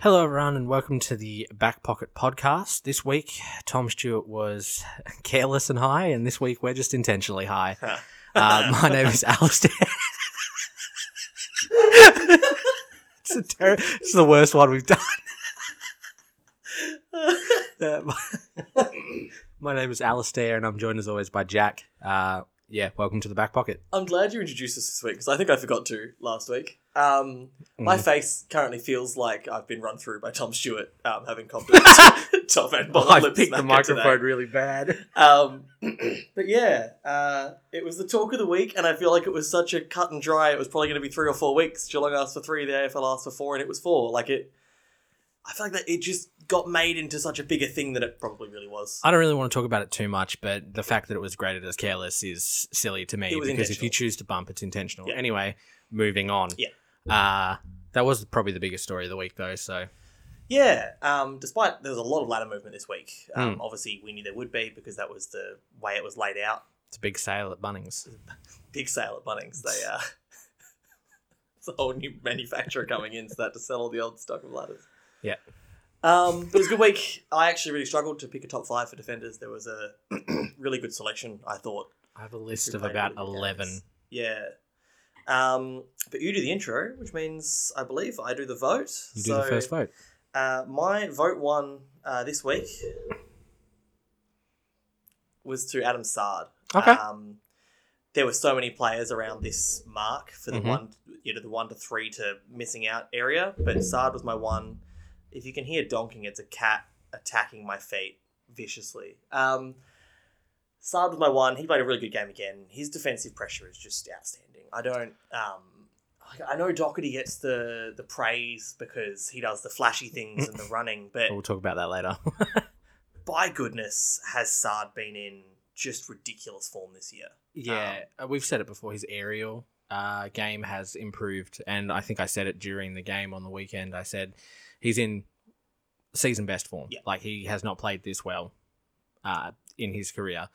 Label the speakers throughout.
Speaker 1: Hello, everyone, and welcome to the Back Pocket Podcast. This week, Tom Stewart was careless and high, and this week we're just intentionally high. Uh, my name is Alistair. it's, a ter- it's the worst one we've done. Uh, my-, my name is Alistair, and I'm joined as always by Jack. Uh, yeah, welcome to the Back Pocket.
Speaker 2: I'm glad you introduced us this week because I think I forgot to last week. Um, my
Speaker 1: Mm.
Speaker 2: face currently feels like I've been run through by Tom Stewart, um, having compliments. Tom and Bob
Speaker 1: Oh, I
Speaker 2: Lip
Speaker 1: picked the
Speaker 2: Smacker
Speaker 1: microphone
Speaker 2: today.
Speaker 1: really bad.
Speaker 2: Um, but yeah, uh, it was the talk of the week, and I feel like it was such a cut and dry. It was probably going to be three or four weeks. Geelong asked for three, the AFL asked for four, and it was four. Like it, I feel like that it just got made into such a bigger thing than it probably really was.
Speaker 1: I don't really want to talk about it too much, but the fact that it was graded as careless is silly to me
Speaker 2: It was
Speaker 1: because if you
Speaker 2: intentional.
Speaker 1: choose to bump, it's intentional.
Speaker 2: Yeah.
Speaker 1: Anyway, moving on.
Speaker 2: Yeah.
Speaker 1: Uh, that was probably the biggest story of the week, though. So
Speaker 2: Yeah, um, despite there was a lot of ladder movement this week. Um,
Speaker 1: Hmm.
Speaker 2: Obviously, we knew there would be because that was the way it was laid out.
Speaker 1: it's a big sale at Bunnings.
Speaker 2: Big sale at Bunnings. They uh, it's a whole new manufacturer coming in, so they had to sell all the old stock of ladders.
Speaker 1: Yeah.
Speaker 2: Um, but it was a good week. I actually really struggled to pick a top five for defenders. There was a really good selection, I thought.
Speaker 1: I have a list
Speaker 2: who
Speaker 1: of
Speaker 2: played
Speaker 1: about
Speaker 2: really good games.
Speaker 1: 11.
Speaker 2: Yeah. Um, but you do the intro, which means I believe I do the vote.
Speaker 1: You do the first vote.
Speaker 2: Uh, my vote one uh, this week was to Adam Sard.
Speaker 1: Okay.
Speaker 2: Um, there were so many players around this mark for the
Speaker 1: Mhm.
Speaker 2: one, you know, the one to three to missing out area, but Sard was my one. If you can hear donking, it's a cat attacking my feet viciously. Um, Sard was my one. He played a really good game again. His defensive pressure is just outstanding. I don't. Um, I- I know Doherty gets the the praise because he does the flashy things and the running, but
Speaker 1: We'll talk about that later.
Speaker 2: by goodness, has Sard been in just ridiculous form this year?
Speaker 1: yeah, uh, we've said it before. His aerial uh, game has improved, and I think I said it during the game on the weekend. I said he's in season best form.
Speaker 2: Yeah.
Speaker 1: Like he has not played this well uh, in his career,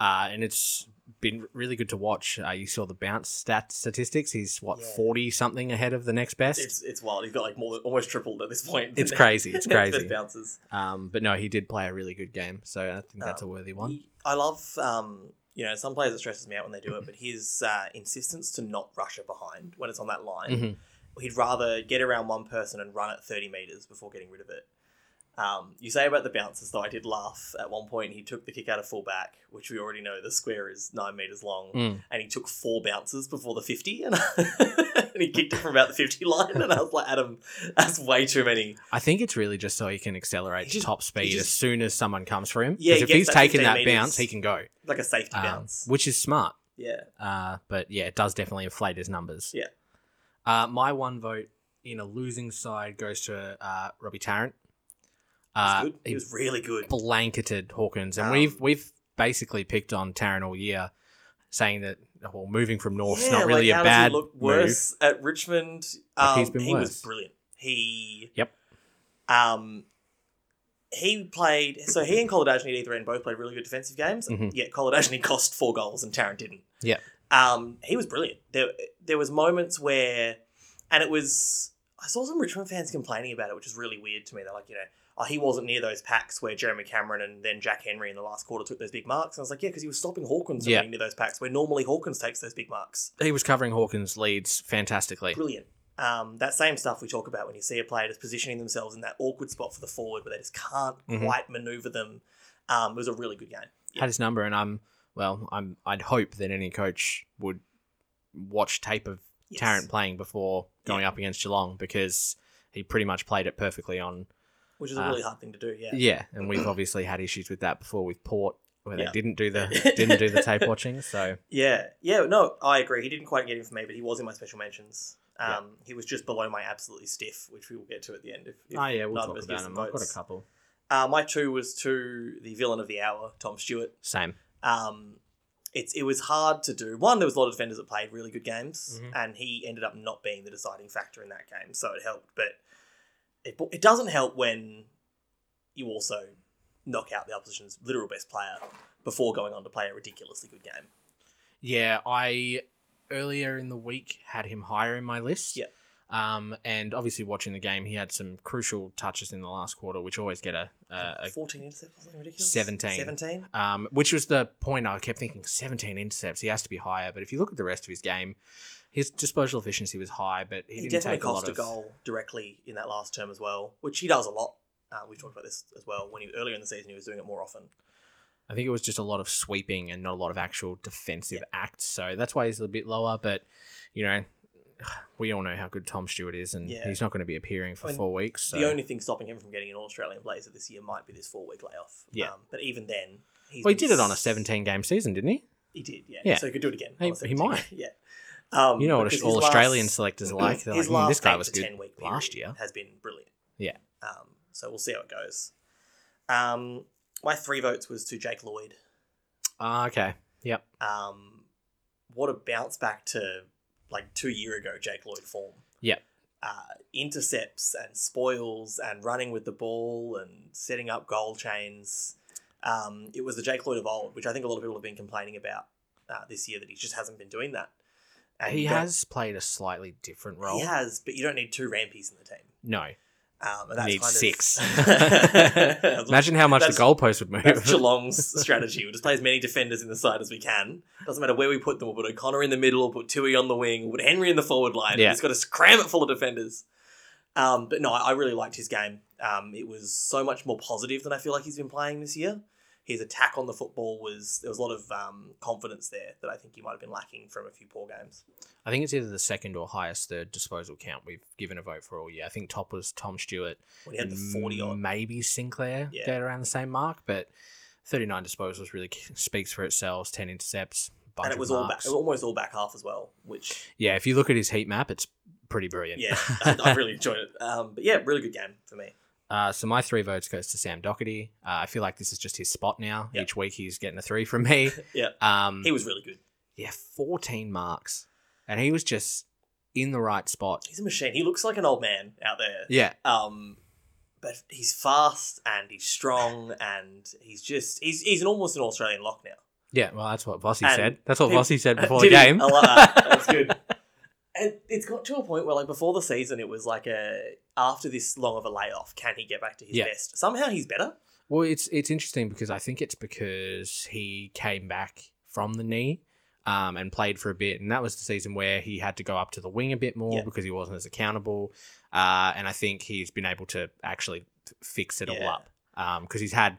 Speaker 1: uh, and it's been really good to watch. Uh, you saw the bounce stat statistics. He's what
Speaker 2: Yeah.
Speaker 1: forty something ahead of the next best. It's,
Speaker 2: It's it's wild. He's got like more than, almost tripled at this point.
Speaker 1: crazy. It's
Speaker 2: Best
Speaker 1: crazy.
Speaker 2: bounces.
Speaker 1: Um, but no, he did play a really good game, so I think
Speaker 2: Um,
Speaker 1: that's a worthy one.
Speaker 2: I love. Um, you know, some players it stresses me out when they do it, but his uh, insistence to not rush it behind when it's on that line.
Speaker 1: Mhm.
Speaker 2: he'd rather get around one person and run it 30 meters before getting rid of it. Um, you say about the bounces, though, I did laugh. At one point, he took the kick out of fullback, which we already know the square is nine meters long,
Speaker 1: Mm.
Speaker 2: and he took four bounces before the 50, and, and he kicked it from about the 50 line. And I was like, Adam, that's way too many.
Speaker 1: I think it's really just so he can accelerate
Speaker 2: He just-
Speaker 1: top speed
Speaker 2: he just-
Speaker 1: as soon as someone comes for him.
Speaker 2: Yeah,
Speaker 1: Because
Speaker 2: he
Speaker 1: if
Speaker 2: gets
Speaker 1: he's
Speaker 2: that
Speaker 1: taking
Speaker 2: 15
Speaker 1: that
Speaker 2: metres.
Speaker 1: bounce, he can go,
Speaker 2: Like a safety
Speaker 1: um,
Speaker 2: bounce.
Speaker 1: which is smart.
Speaker 2: Yeah.
Speaker 1: Uh, but yeah, it does definitely inflate his numbers.
Speaker 2: Yeah.
Speaker 1: Uh, my one vote in a losing side goes to uh, Robbie Tarrant.
Speaker 2: That's
Speaker 1: Uh,
Speaker 2: good. He
Speaker 1: he
Speaker 2: was really good.
Speaker 1: blanketed Hawkins, and
Speaker 2: Um,
Speaker 1: we've we've basically picked on Tarrant all year, saying that well, moving from North's
Speaker 2: Yeah,
Speaker 1: not really
Speaker 2: like,
Speaker 1: a
Speaker 2: how does he
Speaker 1: bad
Speaker 2: look
Speaker 1: move.
Speaker 2: worse at Richmond.
Speaker 1: But
Speaker 2: Um,
Speaker 1: he's been
Speaker 2: he
Speaker 1: worse.
Speaker 2: was brilliant. He
Speaker 1: Yep.
Speaker 2: Um, he played so he and Colladagny at either end both played really good defensive games.
Speaker 1: Mhm.
Speaker 2: Yet Colladagny cost four goals and Tarrant didn't.
Speaker 1: Yeah.
Speaker 2: Um, he was brilliant. There there was moments where, and it was I saw some Richmond fans complaining about it, which is really weird to me. They're like, you know. Oh, he wasn't near those packs where Jeremy Cameron and then Jack Henry in the last quarter took those big marks. And I was like, yeah, because he was stopping Hawkins from
Speaker 1: Yeah.
Speaker 2: being near those packs where normally Hawkins takes those big marks
Speaker 1: He was covering Hawkins' leads fantastically.
Speaker 2: brilliant. Um, that same stuff we talk about when you see a player just positioning themselves in that awkward spot for the forward where they just can't
Speaker 1: Mhm.
Speaker 2: quite maneuver them. Um, it was a really good game.
Speaker 1: had his number, and I'm well. I'm I'd hope that any coach would watch tape of
Speaker 2: Yes.
Speaker 1: Tarrant playing before going up against Geelong because he pretty much played it perfectly on
Speaker 2: which is a
Speaker 1: Ah.
Speaker 2: really hard thing to do. Yeah,
Speaker 1: yeah, and we've obviously had issues with that before with Port where
Speaker 2: Yeah.
Speaker 1: they didn't do the didn't do the tape watching. So
Speaker 2: yeah, yeah. No, I agree. He didn't quite get in for me, but he was in my special mentions. Um,
Speaker 1: Yeah.
Speaker 2: He was just below my absolutely stiff, which we will get to at the end. If, if
Speaker 1: oh yeah, we'll
Speaker 2: neither
Speaker 1: talk
Speaker 2: of us
Speaker 1: about
Speaker 2: gives
Speaker 1: him.
Speaker 2: them
Speaker 1: I've got a
Speaker 2: votes.
Speaker 1: couple.
Speaker 2: Uh, my two was to the villain of the hour, Tom Stewart.
Speaker 1: Same.
Speaker 2: um, it's it was hard to do. One, there was a lot of defenders that played really good games,
Speaker 1: Mhm.
Speaker 2: and he ended up not being the deciding factor in that game, so it helped. But it it doesn't help when you also knock out the opposition's literal best player before going on to play a ridiculously good game.
Speaker 1: Yeah, I earlier in the week had him higher in my list.
Speaker 2: Yeah.
Speaker 1: Um, and obviously, watching the game, he had some crucial touches in the last quarter, which always get a, a, Uh, a
Speaker 2: 14 intercepts, something ridiculous.
Speaker 1: 17.
Speaker 2: 17?
Speaker 1: um, which was the point I kept thinking 17 intercepts. He has to be higher. But if you look at the rest of his game, his disposal efficiency was high, but he,
Speaker 2: He,
Speaker 1: didn't
Speaker 2: definitely
Speaker 1: take a lot
Speaker 2: cost a
Speaker 1: of
Speaker 2: goal directly in that last term as well, which he does a lot. Uh, we've talked about this as well. When he earlier in the season, he was doing it more often.
Speaker 1: I think it was just a lot of sweeping and not a lot of actual defensive acts. So that's why he's a bit lower. But, you know, we all know how good Tom Stewart is, and
Speaker 2: Yeah.
Speaker 1: he's not going to be appearing for
Speaker 2: And
Speaker 1: four weeks. So.
Speaker 2: The only thing stopping him from getting an All Australian blazer this year might be this four week layoff.
Speaker 1: Yeah.
Speaker 2: Um, but even then, he's
Speaker 1: well, he
Speaker 2: been
Speaker 1: did it on a
Speaker 2: s-
Speaker 1: 17 game season, didn't he?
Speaker 2: He did, yeah.
Speaker 1: Yeah.
Speaker 2: So he could do it again.
Speaker 1: He-
Speaker 2: on a
Speaker 1: he
Speaker 2: 17.
Speaker 1: might.
Speaker 2: yeah. Um,
Speaker 1: You know what
Speaker 2: because his
Speaker 1: all
Speaker 2: last-
Speaker 1: Australian selectors are like. They're like,
Speaker 2: his
Speaker 1: "Hmm, this
Speaker 2: last
Speaker 1: guy
Speaker 2: eight
Speaker 1: was
Speaker 2: to
Speaker 1: good
Speaker 2: 10 week period
Speaker 1: last year.
Speaker 2: Has been brilliant.
Speaker 1: Yeah.
Speaker 2: Um, so we'll see how it goes. Um, my three votes was to Jake Lloyd.
Speaker 1: Ah, okay. Yep.
Speaker 2: Um, what a bounce back to like two year ago Jake Lloyd form.
Speaker 1: Yeah.
Speaker 2: Uh, intercepts and spoils and running with the ball and setting up goal chains. Um, it was the Jake Lloyd of old, which I think a lot of people have been complaining about uh, this year that he just hasn't been doing that. And
Speaker 1: He
Speaker 2: you don't-
Speaker 1: has played a slightly different role.
Speaker 2: He has, but you don't need two rampies in the team.
Speaker 1: No.
Speaker 2: Um, and that's
Speaker 1: Need
Speaker 2: kind
Speaker 1: six.
Speaker 2: Of...
Speaker 1: Imagine how much
Speaker 2: That's-
Speaker 1: the goalpost would move.
Speaker 2: That's Geelong's strategy. We'll just play as many defenders in the side as we can. Doesn't matter where we put them. We'll put O'Connor in the middle. We'll put Tui on the wing. We'll put Henry in the forward line.
Speaker 1: Yeah.
Speaker 2: He's got to scram it full of defenders. Um, but no, I, I really liked his game. Um, it was so much more positive than I feel like he's been playing this year. His attack on the football was there was a lot of um, confidence there that I think he might have been lacking from a few poor games.
Speaker 1: I think it's either the second or highest third disposal count we've given a vote for all year. I think top was Tom Stewart.
Speaker 2: When he had the
Speaker 1: Mm,
Speaker 2: forty odd,
Speaker 1: Maybe Sinclair
Speaker 2: Yeah.
Speaker 1: get around the same mark, but 39 disposals really k- speaks for itself. 10 intercepts, bunch
Speaker 2: and it was all back, almost all back half as well, which
Speaker 1: Yeah, if you look at his heat map, it's pretty brilliant.
Speaker 2: yeah, I, I really enjoyed it. Um, but yeah, really good game for me.
Speaker 1: Uh, so my three votes goes to Sam Doherty. Uh, I feel like this is just his spot now.
Speaker 2: Yeah.
Speaker 1: Each week he's getting a three from me.
Speaker 2: Yeah.
Speaker 1: Um,
Speaker 2: He was really good.
Speaker 1: yeah, 14 marks, and he was just in the right spot.
Speaker 2: He's a machine. He looks like an old man out there.
Speaker 1: Yeah,
Speaker 2: Um, but he's fast and he's strong and he's just he's he's an almost an Australian lock now.
Speaker 1: yeah. Well, that's what Vossi
Speaker 2: And
Speaker 1: said. That's what
Speaker 2: people-
Speaker 1: Vossi said
Speaker 2: Uh,
Speaker 1: before the
Speaker 2: did he?
Speaker 1: game.
Speaker 2: I love that. That's good. And it's got to a point where like before the season, it was like a after this long of a layoff, can he get back to his
Speaker 1: Yeah.
Speaker 2: best? Somehow he's better.
Speaker 1: Well, it's it's interesting because I think it's because he came back from the knee um, and played for a bit, and that was the season where he had to go up to the wing a bit more
Speaker 2: Yeah.
Speaker 1: because he wasn't as accountable. Uh, and I think he's been able to actually f- fix it all
Speaker 2: Yeah.
Speaker 1: up because he's had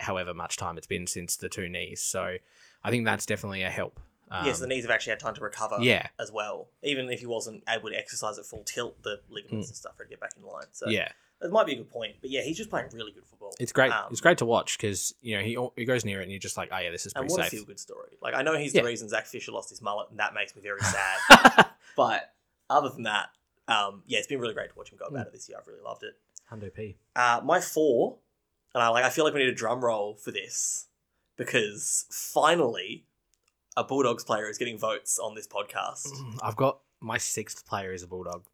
Speaker 1: however much time it's been since the two knees. So I think that's definitely a help. Um,
Speaker 2: yes, the knees have actually had time to recover.
Speaker 1: yeah,
Speaker 2: As well, even if he wasn't able to exercise at full tilt, the ligaments and stuff would get back in line. So
Speaker 1: Mm. yeah.
Speaker 2: that might be a good point. But yeah, he's just playing really good football.
Speaker 1: It's great.
Speaker 2: Um,
Speaker 1: it's great to watch because you know he al- he goes near it and you're just like, oh yeah, this is
Speaker 2: And
Speaker 1: pretty
Speaker 2: what a
Speaker 1: safe.
Speaker 2: feel good story. Like I know he's
Speaker 1: Yeah.
Speaker 2: the reason Zach Fisher lost his mullet, and that makes me very sad. but other than that, um, yeah, it's been really great to watch him go
Speaker 1: Mm.
Speaker 2: about it this year. I've really loved it.
Speaker 1: Hundo P.
Speaker 2: Uh, my four, and I like. I feel like we need a drum roll for this because finally, a Bulldogs player is getting votes on this podcast.
Speaker 1: Mm, I've got my sixth player is a bulldog.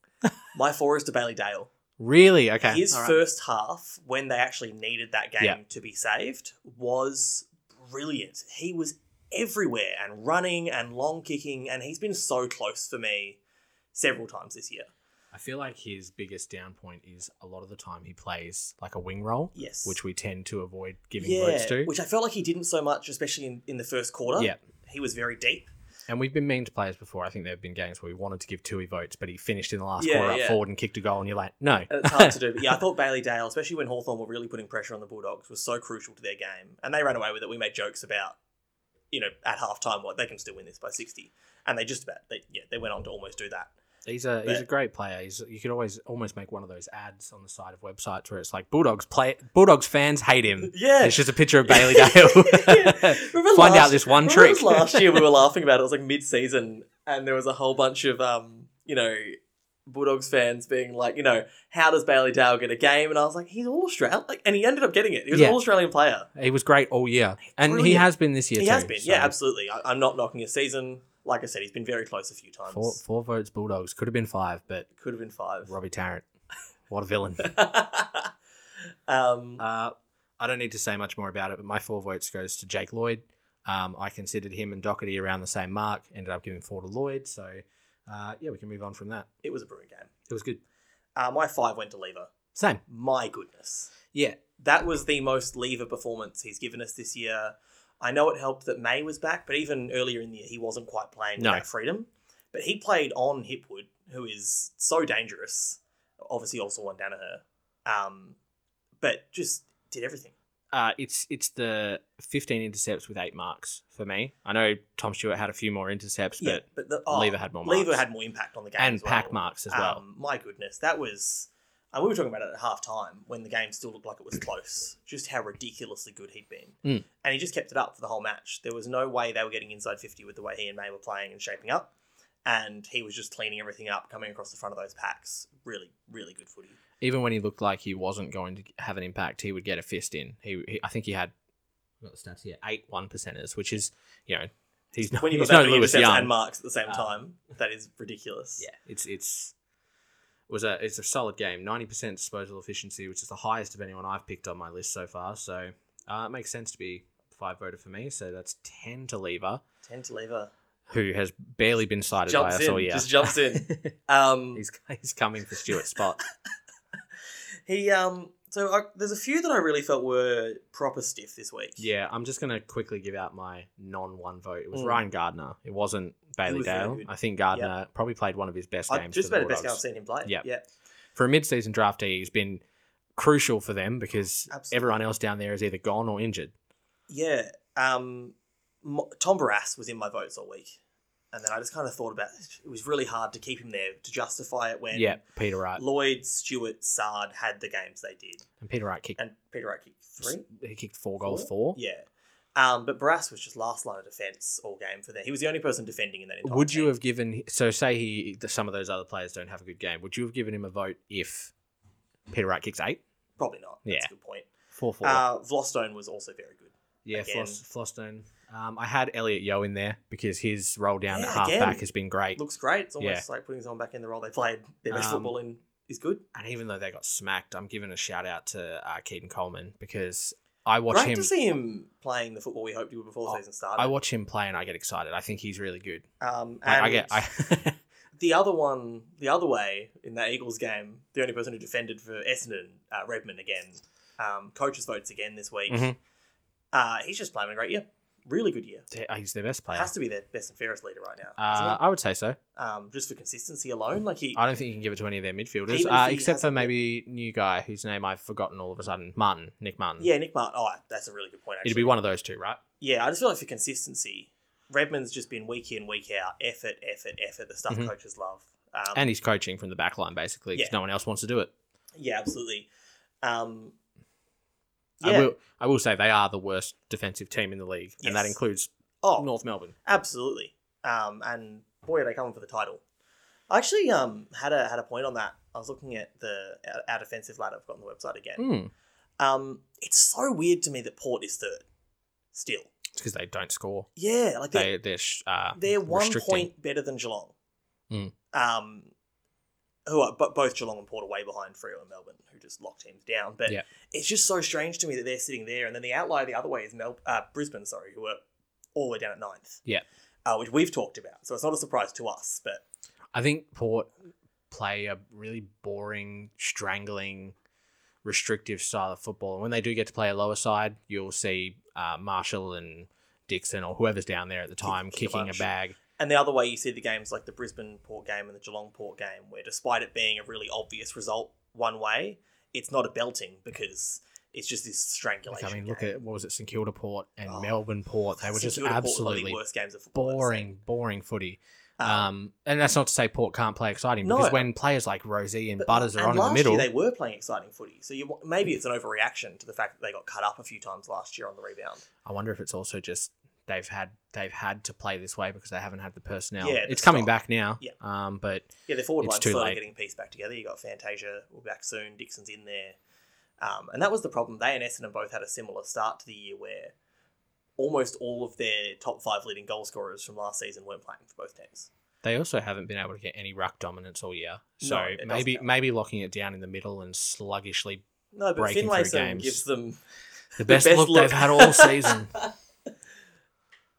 Speaker 2: my four is to Bailey Dale.
Speaker 1: Really? Okay.
Speaker 2: His
Speaker 1: All right.
Speaker 2: first half, when they actually needed that game
Speaker 1: Yeah.
Speaker 2: to be saved, was brilliant. He was everywhere and running and long kicking, and he's been so close for me several times this year.
Speaker 1: I feel like his biggest down point is a lot of the time he plays like a wing role,
Speaker 2: Yes.
Speaker 1: which we tend to avoid giving votes to.
Speaker 2: Which I felt like he didn't so much, especially in, in the first quarter.
Speaker 1: Yeah.
Speaker 2: He was very deep.
Speaker 1: And we've been mean to players before. I think there have been games where we wanted to give Tui votes, but he finished in the last
Speaker 2: Yeah,
Speaker 1: quarter
Speaker 2: yeah.
Speaker 1: up forward and kicked a goal, and you're like, no.
Speaker 2: And it's hard to do. But yeah, I thought Bailey Dale, especially when Hawthorn were really putting pressure on the Bulldogs, was so crucial to their game. And they ran away with it. We made jokes about, you know, at halftime, what they can still win this by 60. And they just about, they, yeah, they went on to almost do that.
Speaker 1: He's a he's a
Speaker 2: But-
Speaker 1: great player. He's, you could always almost make one of those ads on the side of websites where it's like Bulldogs play Bulldogs fans hate him.
Speaker 2: Yeah.
Speaker 1: It's just a picture of Bailey Dale.
Speaker 2: Remember
Speaker 1: Find out
Speaker 2: last-
Speaker 1: this one
Speaker 2: remember it
Speaker 1: trick.
Speaker 2: was last year we were laughing about it. It was like mid-season, and there was a whole bunch of um, you know, Bulldogs fans being like, you know, how does Bailey Dale get a game? And I was like, he's all Australian, like, and he ended up getting it. He was
Speaker 1: Yeah.
Speaker 2: an all Australian player.
Speaker 1: he was great all year, and he
Speaker 2: Brilliant.
Speaker 1: has been this year.
Speaker 2: he
Speaker 1: too,
Speaker 2: has been,
Speaker 1: so
Speaker 2: yeah, absolutely. I, I'm not knocking his season. Like I said, he's been very close a few times.
Speaker 1: Four, four votes Bulldogs could have been five, but
Speaker 2: Could have been five.
Speaker 1: Robbie Tarrant, what a villain.
Speaker 2: um,
Speaker 1: Uh, I don't need to say much more about it, but my four votes goes to Jake Lloyd. Um, I considered him and Doherty around the same mark. Ended up giving four to Lloyd. So, uh, yeah, we can move on from that.
Speaker 2: it was a brilliant game.
Speaker 1: It was good.
Speaker 2: Uh, my five went to Lever.
Speaker 1: Same.
Speaker 2: My goodness.
Speaker 1: Yeah.
Speaker 2: That was the most Lever performance he's given us this year. I know it helped that May was back, but even earlier in the year, he wasn't quite playing
Speaker 1: No.
Speaker 2: without freedom. But he played on Hipwood, who is so dangerous. Obviously, also on Danaher. Um, but just did everything.
Speaker 1: Uh, it's it's the 15 intercepts with eight marks for me. I know Tom Stewart had a few more intercepts, but
Speaker 2: but the, oh,
Speaker 1: Lever had more
Speaker 2: Lever
Speaker 1: marks.
Speaker 2: had more impact on the game
Speaker 1: and
Speaker 2: as well.
Speaker 1: pack marks as well.
Speaker 2: Um, my goodness, that was. And we were talking about it at half time when the game still looked like it was close, just how ridiculously good he'd been.
Speaker 1: Mm.
Speaker 2: And he just kept it up for the whole match. There was no way they were getting inside 50 with the way he and May were playing and shaping up. And he was just cleaning everything up, coming across the front of those packs. Really, really good footy.
Speaker 1: Even when he looked like he wasn't going to have an impact, he would get a fist in. He, he I think he had I've got the stats here eight one percenters, which is you know he's not
Speaker 2: When you've
Speaker 1: he's
Speaker 2: got that
Speaker 1: no
Speaker 2: many
Speaker 1: Lewis
Speaker 2: intercepts
Speaker 1: Young.
Speaker 2: and marks at the same
Speaker 1: Um,
Speaker 2: time, that is ridiculous.
Speaker 1: yeah, it's it's it was a it's a solid game. Ninety percent disposal efficiency, which is the highest of anyone I've picked on my list so far. So uh, it makes sense to be five voter for me. So that's ten to Lever,
Speaker 2: 10 to Lever.
Speaker 1: who has barely been cited by
Speaker 2: Jumps
Speaker 1: us
Speaker 2: in.
Speaker 1: all year.
Speaker 2: Just jumps in. Um,
Speaker 1: he's he's coming for Stewart's spot.
Speaker 2: He um. So I, there's a few that I really felt were proper stiff this week.
Speaker 1: Yeah, I'm just gonna quickly give out my non one vote. It was
Speaker 2: Mm.
Speaker 1: Ryan Gardner. It wasn't Bailey
Speaker 2: was very
Speaker 1: Dale.
Speaker 2: good.
Speaker 1: I think Gardner probably played one of his best
Speaker 2: I,
Speaker 1: games.
Speaker 2: just
Speaker 1: for
Speaker 2: about
Speaker 1: the
Speaker 2: the best game I've
Speaker 1: Bulldogs.
Speaker 2: seen him play.
Speaker 1: Yep.
Speaker 2: Yeah.
Speaker 1: For a mid-season draftee, he's been crucial for them because
Speaker 2: Absolutely.
Speaker 1: everyone else down there is either gone or injured.
Speaker 2: Yeah. Um, Mo- Tom Barras was in my votes all week, and then I just kind of thought about it. It was really hard to keep him there to justify it when
Speaker 1: yeah, Peter Wright.
Speaker 2: Lloyd, Stewart, Sard had the games they did,
Speaker 1: And Peter Wright kicked
Speaker 2: and Peter Wright kicked three.
Speaker 1: he kicked four goals, four.
Speaker 2: Four? Yeah. Um, but Barras was just last line of defense all game for them. He was the only person defending in that entire
Speaker 1: Would you
Speaker 2: team.
Speaker 1: have given so say he some of those other players don't have a good game? Would you have given him a vote if Peter Wright kicks eight?
Speaker 2: Probably not. That's
Speaker 1: Yeah.
Speaker 2: a good point.
Speaker 1: Four four.
Speaker 2: Uh, Vlostone was also very good.
Speaker 1: Yeah,
Speaker 2: again.
Speaker 1: Floss, Floston. Um, I had Elliot Yo in there because his roll down
Speaker 2: Yeah,
Speaker 1: at halfback
Speaker 2: again.
Speaker 1: has been great.
Speaker 2: looks great. It's almost like putting someone back in the role they played their best
Speaker 1: Um,
Speaker 2: football in is good.
Speaker 1: And even though they got smacked, I'm giving a shout out to uh, Keaton Coleman because I watch
Speaker 2: Great
Speaker 1: him.
Speaker 2: to see him playing the football we hoped he would before the
Speaker 1: Oh,
Speaker 2: season started.
Speaker 1: I watch him play and I get excited. I think he's really good.
Speaker 2: um,
Speaker 1: Like,
Speaker 2: and
Speaker 1: I get. I,
Speaker 2: the other one, the other way in that Eagles game, the only person who defended for Essendon, uh, Redmond again, um, coaches votes again this week.
Speaker 1: Mhm.
Speaker 2: Uh, he's just playing a great year, really good year.
Speaker 1: he's their best player.
Speaker 2: Has to be their best and fairest leader right now,
Speaker 1: Uh,
Speaker 2: isn't
Speaker 1: I would say so.
Speaker 2: he? um, just for consistency alone. Like he,
Speaker 1: I don't think you can give it to any of their midfielders,
Speaker 2: Even if
Speaker 1: uh,
Speaker 2: he
Speaker 1: except for
Speaker 2: hasn't-
Speaker 1: maybe new guy whose name I've forgotten all of a sudden. Martin, Nick Martin.
Speaker 2: yeah, Nick Martin. Oh, that's a really good point. Actually,
Speaker 1: it'd be one of those two, right?
Speaker 2: yeah, I just feel like for consistency, Redmond's just been week in, week out, effort, effort, effort, the stuff
Speaker 1: Mhm.
Speaker 2: coaches love. Um,
Speaker 1: And he's coaching from the back line basically because
Speaker 2: Yeah.
Speaker 1: no one else wants to do it.
Speaker 2: yeah, absolutely. Um,
Speaker 1: I
Speaker 2: yeah,
Speaker 1: will. I will say they are the worst defensive team in the league, and that
Speaker 2: Yes.
Speaker 1: includes
Speaker 2: oh,
Speaker 1: North Melbourne.
Speaker 2: absolutely. Um, and boy, are they coming for the title. I actually um, had a had a point on that. I was looking at the uh, our- our defensive ladder. I've got on the website again.
Speaker 1: Hmm.
Speaker 2: Um, it's so weird to me that Port is third still.
Speaker 1: It's because they don't score.
Speaker 2: Yeah, like they're,
Speaker 1: They they're sh- uh,
Speaker 2: they're one
Speaker 1: restricting.
Speaker 2: point better than Geelong.
Speaker 1: Mm.
Speaker 2: Um, who are but both Geelong and Port are way behind Freo and Melbourne, who just lock teams down. But
Speaker 1: Yeah.
Speaker 2: it's just so strange to me that they're sitting there, and then the outlier the other way is Mel- uh, Brisbane, sorry, who are all the way down at ninth.
Speaker 1: Yeah.
Speaker 2: uh, which we've talked about, so it's not a surprise to us. But
Speaker 1: I think Port play a really boring, strangling, restrictive style of football. And when they do get to play a lower side, you'll see uh, Marshall and Dixon or whoever's down there at the time
Speaker 2: kick a
Speaker 1: kicking a
Speaker 2: bunch.
Speaker 1: bag.
Speaker 2: and the other way you see the games like the Brisbane Port game and the Geelong Port game, where despite it being a really obvious result one way, it's not a belting because it's just this
Speaker 1: Like,
Speaker 2: strangulation.
Speaker 1: I mean, look
Speaker 2: game.
Speaker 1: at what was it, St Kilda Port and
Speaker 2: Oh.
Speaker 1: Melbourne Port. They were
Speaker 2: St
Speaker 1: just
Speaker 2: Kilda Port were one of the
Speaker 1: absolutely
Speaker 2: worst games of football I've seen.
Speaker 1: boring, boring footy.
Speaker 2: Um,
Speaker 1: Um, and that's not to say Port can't play exciting
Speaker 2: No.
Speaker 1: because when players like Rosie and
Speaker 2: But-
Speaker 1: Butters are
Speaker 2: and
Speaker 1: on in the
Speaker 2: last
Speaker 1: middle,
Speaker 2: year they were playing exciting footy, so you, maybe it's an overreaction to the fact that they got cut up a few times last year on the rebound.
Speaker 1: I wonder if it's also just they've had they've had to play this way because they haven't had the personnel.
Speaker 2: Yeah, the
Speaker 1: it's coming
Speaker 2: stock.
Speaker 1: back now.
Speaker 2: Yeah.
Speaker 1: Um, but
Speaker 2: Yeah, their forward
Speaker 1: It's
Speaker 2: line's
Speaker 1: too
Speaker 2: slowly
Speaker 1: late.
Speaker 2: getting pieced back together. You got Fantasia will be back soon. Dixon's in there, um, and that was the problem. They and Essendon both had a similar start to the year where almost all of their top five leading goal scorers from last season weren't playing for both teams.
Speaker 1: they also haven't been able to get any ruck dominance all year.
Speaker 2: No,
Speaker 1: So
Speaker 2: it doesn't
Speaker 1: maybe
Speaker 2: help.
Speaker 1: maybe locking it down in the middle and sluggishly
Speaker 2: No, but
Speaker 1: Breaking through
Speaker 2: Finlayson
Speaker 1: games.
Speaker 2: gives them
Speaker 1: the best,
Speaker 2: best
Speaker 1: look,
Speaker 2: look.
Speaker 1: they've had all season.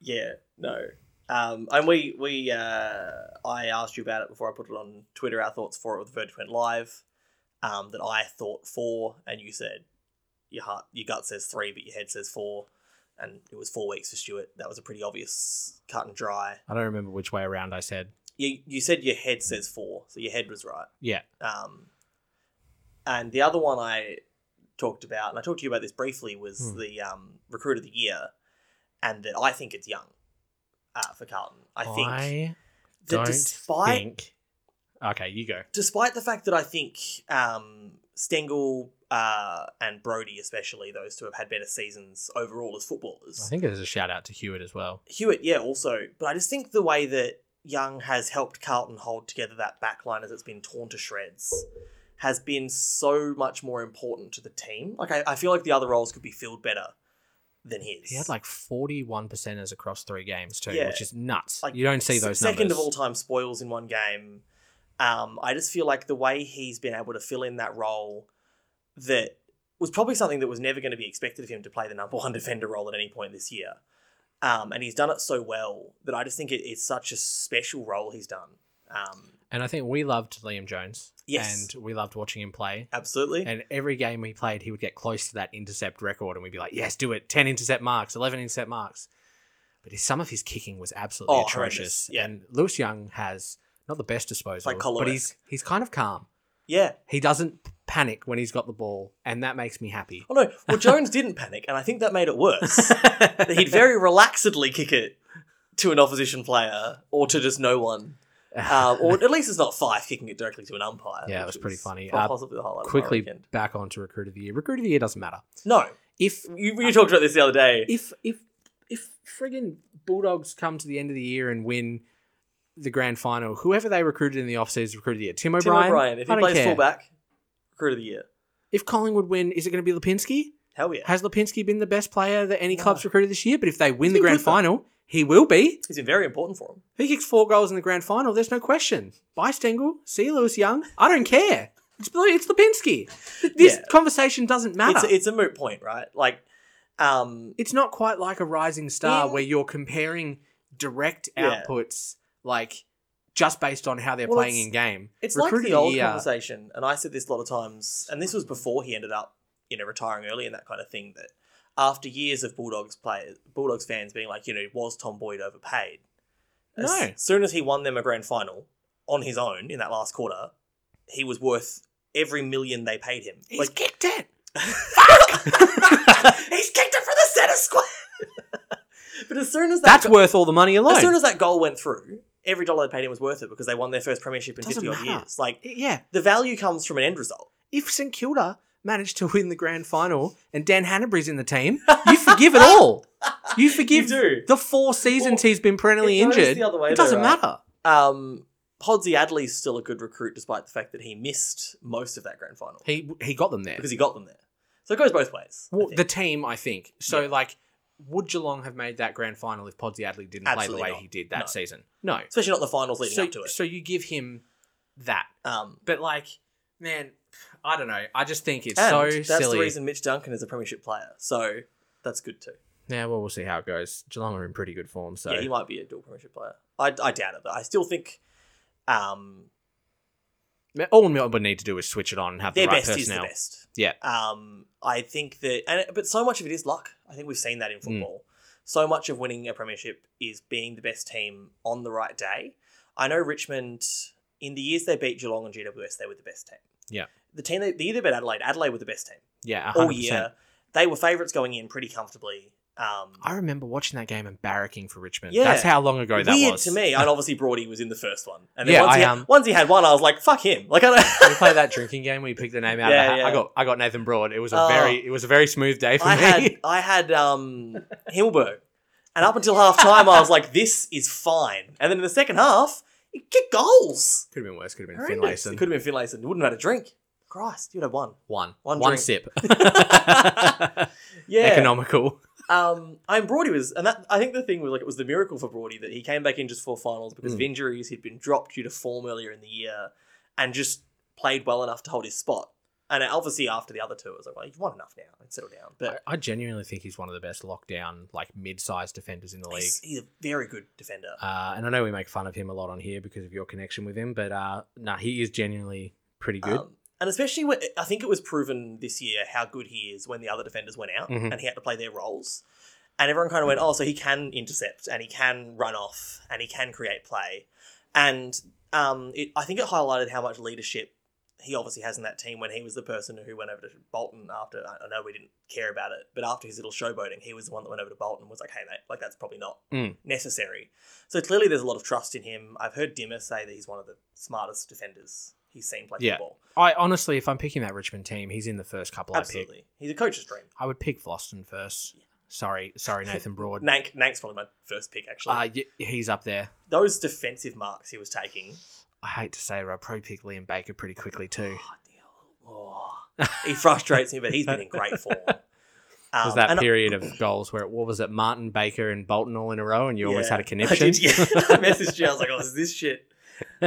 Speaker 2: yeah no. Um, and we we uh, I asked you about it before I put it on Twitter. Our thoughts for it with Verge went live. Um, that I thought four, and you said your heart, your gut says three, but your head says four, and it was four weeks for Stuart. That was a pretty obvious cut and dry.
Speaker 1: I don't remember which way around I said.
Speaker 2: You you said your head says four, so your head was right.
Speaker 1: Yeah.
Speaker 2: Um, and the other one I talked about, and I talked to you about this briefly, was
Speaker 1: Hmm.
Speaker 2: the um, recruit of the year, and that I think it's young uh, for Carlton. I think that
Speaker 1: don't
Speaker 2: despite
Speaker 1: think. Okay, you go.
Speaker 2: despite the fact that I think um, Stengel uh, and Brody, especially those two, have had better seasons overall as footballers.
Speaker 1: I think there's a shout out to Hewitt as well.
Speaker 2: Hewitt, yeah, also, but I just think the way that Young has helped Carlton hold together that back line as it's been torn to shreds has been so much more important to the team. Like I, I feel like the other roles could be filled better than his.
Speaker 1: He had like 41% as across three games too,
Speaker 2: Yeah.
Speaker 1: which is nuts.
Speaker 2: Like,
Speaker 1: you don't see
Speaker 2: Se-
Speaker 1: those
Speaker 2: second
Speaker 1: numbers.
Speaker 2: of all time spoils in one game. Um, I just feel like the way he's been able to fill in that role that was probably something that was never going to be expected of him to play the number one defender role at any point this year. Um, and he's done it so well that I just think it, it's such a special role he's done. Um,
Speaker 1: and I think we loved Liam Jones.
Speaker 2: Yes.
Speaker 1: And we loved watching him play.
Speaker 2: absolutely.
Speaker 1: And every game he played, he would get close to that intercept record, and we'd be like, "Yes, do it! Ten intercept marks, eleven intercept marks." But his, some of his kicking was absolutely
Speaker 2: Oh,
Speaker 1: atrocious.
Speaker 2: horrendous. Yeah.
Speaker 1: And Lewis Young has not the best disposal,
Speaker 2: Like
Speaker 1: but he's
Speaker 2: Kolo-esque.
Speaker 1: he's kind of calm.
Speaker 2: yeah.
Speaker 1: He doesn't panic when he's got the ball, and that makes me happy.
Speaker 2: Oh, no. Well, Jones didn't panic, and I think that made it worse. that he'd
Speaker 1: He'd
Speaker 2: very relaxedly kick it to an opposition player or to just no one. um, or at least it's not Fife kicking it directly to an umpire.
Speaker 1: Yeah, it
Speaker 2: which
Speaker 1: was pretty funny.
Speaker 2: po-
Speaker 1: Uh,
Speaker 2: possibly the highlight
Speaker 1: quickly
Speaker 2: Of my weekend.
Speaker 1: back onto recruit of the year. Recruit of the year doesn't matter
Speaker 2: No,
Speaker 1: if
Speaker 2: you, you talked about this the other day.
Speaker 1: if if if friggin' Bulldogs come to the end of the year and win the grand final, whoever they recruited in the offseason recruited the year, Tim
Speaker 2: Tim
Speaker 1: O'Brien.
Speaker 2: O'Brien, if
Speaker 1: I
Speaker 2: he
Speaker 1: don't
Speaker 2: plays
Speaker 1: care.
Speaker 2: fullback, recruit of the year.
Speaker 1: If Collingwood win, is it going to be Lipinski?
Speaker 2: Hell yeah,
Speaker 1: Has Lipinski been the best player that any
Speaker 2: No.
Speaker 1: club's recruited this year? But if they win
Speaker 2: He's
Speaker 1: the
Speaker 2: been
Speaker 1: grand
Speaker 2: good, though.
Speaker 1: final, he will be.
Speaker 2: he's been very important for him.
Speaker 1: He kicks four goals in the grand final. There's no question. Bye Stengel. See you, Lewis Young. I don't care. It's it's Lipinski. Th- This
Speaker 2: Yeah.
Speaker 1: conversation doesn't matter.
Speaker 2: It's, it's a moot point, right? Like, um,
Speaker 1: it's not quite like a rising star
Speaker 2: Yeah.
Speaker 1: where you're comparing direct
Speaker 2: Yeah.
Speaker 1: outputs like just based on how they're
Speaker 2: Well,
Speaker 1: playing
Speaker 2: it's-
Speaker 1: in game.
Speaker 2: it's
Speaker 1: Recruit
Speaker 2: like
Speaker 1: of
Speaker 2: the old
Speaker 1: year-
Speaker 2: conversation, and I said this a lot of times, and this was before he ended up, you know, retiring early and that kind of thing. That after years of Bulldogs players, Bulldogs fans being like, you know, was Tom Boyd overpaid? As
Speaker 1: No.
Speaker 2: soon as he won them a grand final on his own in that last quarter, he was worth every million they paid him.
Speaker 1: He's
Speaker 2: like,
Speaker 1: kicked it.
Speaker 2: he's kicked it for the centre square. but as soon as that
Speaker 1: That's
Speaker 2: go-
Speaker 1: worth all the money alone.
Speaker 2: as soon as that goal went through, every dollar they paid him was worth it because they won their first premiership in
Speaker 1: Doesn't
Speaker 2: fifty odd
Speaker 1: matter.
Speaker 2: years. Like
Speaker 1: yeah.
Speaker 2: the value comes from an end result.
Speaker 1: If St Kilda managed to win the grand final and Dan Hanbury's in the team, you forgive it all. You forgive
Speaker 2: do.
Speaker 1: the four seasons he's been perennially
Speaker 2: it goes
Speaker 1: injured.
Speaker 2: the other way
Speaker 1: it doesn't
Speaker 2: though, right?
Speaker 1: matter.
Speaker 2: Um, Podsy Adley's still a good recruit despite the fact that he missed most of that grand final
Speaker 1: He he got them there.
Speaker 2: because he got them there. So it goes both ways. I
Speaker 1: Well,
Speaker 2: think.
Speaker 1: the team, I think. So,
Speaker 2: Yeah.
Speaker 1: like, would Geelong have made that grand final if Podsy Adley didn't play
Speaker 2: Absolutely
Speaker 1: the way
Speaker 2: not.
Speaker 1: he did that
Speaker 2: No.
Speaker 1: season? No.
Speaker 2: Especially not the finals leading
Speaker 1: So,
Speaker 2: up to it.
Speaker 1: so you give him that,
Speaker 2: Um,
Speaker 1: but like, man, I don't know. I just think it's
Speaker 2: and
Speaker 1: so
Speaker 2: that's
Speaker 1: silly.
Speaker 2: the reason Mitch Duncan is a premiership player. So that's good too.
Speaker 1: Yeah, well, we'll see how it goes. Geelong are in pretty good form, so
Speaker 2: Yeah, he might be a dual premiership player. I, I doubt it though. I still think um,
Speaker 1: all Melbourne need to do is switch it on and have
Speaker 2: their
Speaker 1: the right
Speaker 2: best is the
Speaker 1: personnel.
Speaker 2: best.
Speaker 1: Yeah.
Speaker 2: Um, I think that, and but so much of it is luck. I think we've seen that in
Speaker 1: Mm.
Speaker 2: football. So much of winning a premiership is being the best team on the right day. I know Richmond in the years they beat Geelong and GWS, they were the best team.
Speaker 1: Yeah.
Speaker 2: The team they, the year they beat Adelaide, Adelaide were the best team
Speaker 1: Yeah, 100%.
Speaker 2: all year. They were favourites going in pretty comfortably. Um,
Speaker 1: I remember watching that game and barracking for Richmond.
Speaker 2: Yeah.
Speaker 1: That's how long ago that
Speaker 2: weird
Speaker 1: was.
Speaker 2: to me, and obviously Brody was in the first one. And then
Speaker 1: Yeah,
Speaker 2: once, he
Speaker 1: I,
Speaker 2: had,
Speaker 1: um,
Speaker 2: once he had one, I was like, "Fuck him!" Like I
Speaker 1: We
Speaker 2: don't.
Speaker 1: played that drinking game where you pick the name out
Speaker 2: Yeah,
Speaker 1: of the hat.
Speaker 2: yeah.
Speaker 1: I got I got Nathan Broad. It was a
Speaker 2: Oh.
Speaker 1: very it was a very smooth day for
Speaker 2: I
Speaker 1: me.
Speaker 2: had I had um Himmelberg. And up until half time I was like, this is fine. And then in the second half, he kicked goals.
Speaker 1: Could have been worse. Could have been
Speaker 2: Horrendous.
Speaker 1: Finlayson.
Speaker 2: It could have been Finlayson. You wouldn't have had a drink. Christ, you'd have won.
Speaker 1: one.
Speaker 2: One
Speaker 1: One
Speaker 2: drink.
Speaker 1: sip.
Speaker 2: Yeah.
Speaker 1: Economical.
Speaker 2: Um I mean Brody was and that I think the thing was like it was the miracle for Brody that he came back in just for finals because of
Speaker 1: Mm.
Speaker 2: injuries. He'd been dropped due to form earlier in the year and just played well enough to hold his spot. And obviously after the other two, I was like, well, you've won enough now. Let's settle down. But
Speaker 1: I, I genuinely think he's one of the best lockdown, like mid-sized defenders in the league.
Speaker 2: he's, he's a very good defender.
Speaker 1: Uh, and I know we make fun of him a lot on here because of your connection with him, but uh, nah, he is genuinely pretty good.
Speaker 2: Um, and especially when I think it was proven this year how good he is when the other defenders went out
Speaker 1: Mhm.
Speaker 2: and he had to play their roles. And everyone kind of went, oh, so he can intercept and he can run off and he can create play. And um, it, I think it highlighted how much leadership he obviously has in that team when he was the person who went over to Bolton after. I I know we didn't care about it, but after his little showboating, he was the one that went over to Bolton and was like, hey, mate, like that's probably not
Speaker 1: Mm.
Speaker 2: necessary. So clearly there's a lot of trust in him. I've heard Dimmer say that he's one of the smartest defenders he's seen play
Speaker 1: Yeah.
Speaker 2: football.
Speaker 1: I honestly, if I'm picking that Richmond team, he's in the first couple I pick.
Speaker 2: Absolutely. He's a coach's dream.
Speaker 1: I would pick Floston first. Sorry, sorry, Nathan Broad.
Speaker 2: Nank, Nank's probably my first pick, actually.
Speaker 1: uh, y- he's up there.
Speaker 2: Those defensive marks he was taking.
Speaker 1: I hate to say it, but I probably pick Liam Baker pretty quickly too.
Speaker 2: God, the- oh. he frustrates me, but he's been in great form. Um,
Speaker 1: was that
Speaker 2: and I-
Speaker 1: period of goals where what was it Martin Baker and Bolton all in a row, and you always
Speaker 2: Yeah.
Speaker 1: had a
Speaker 2: I
Speaker 1: connection.
Speaker 2: did, yeah. I messaged you. I was like, oh, is this shit?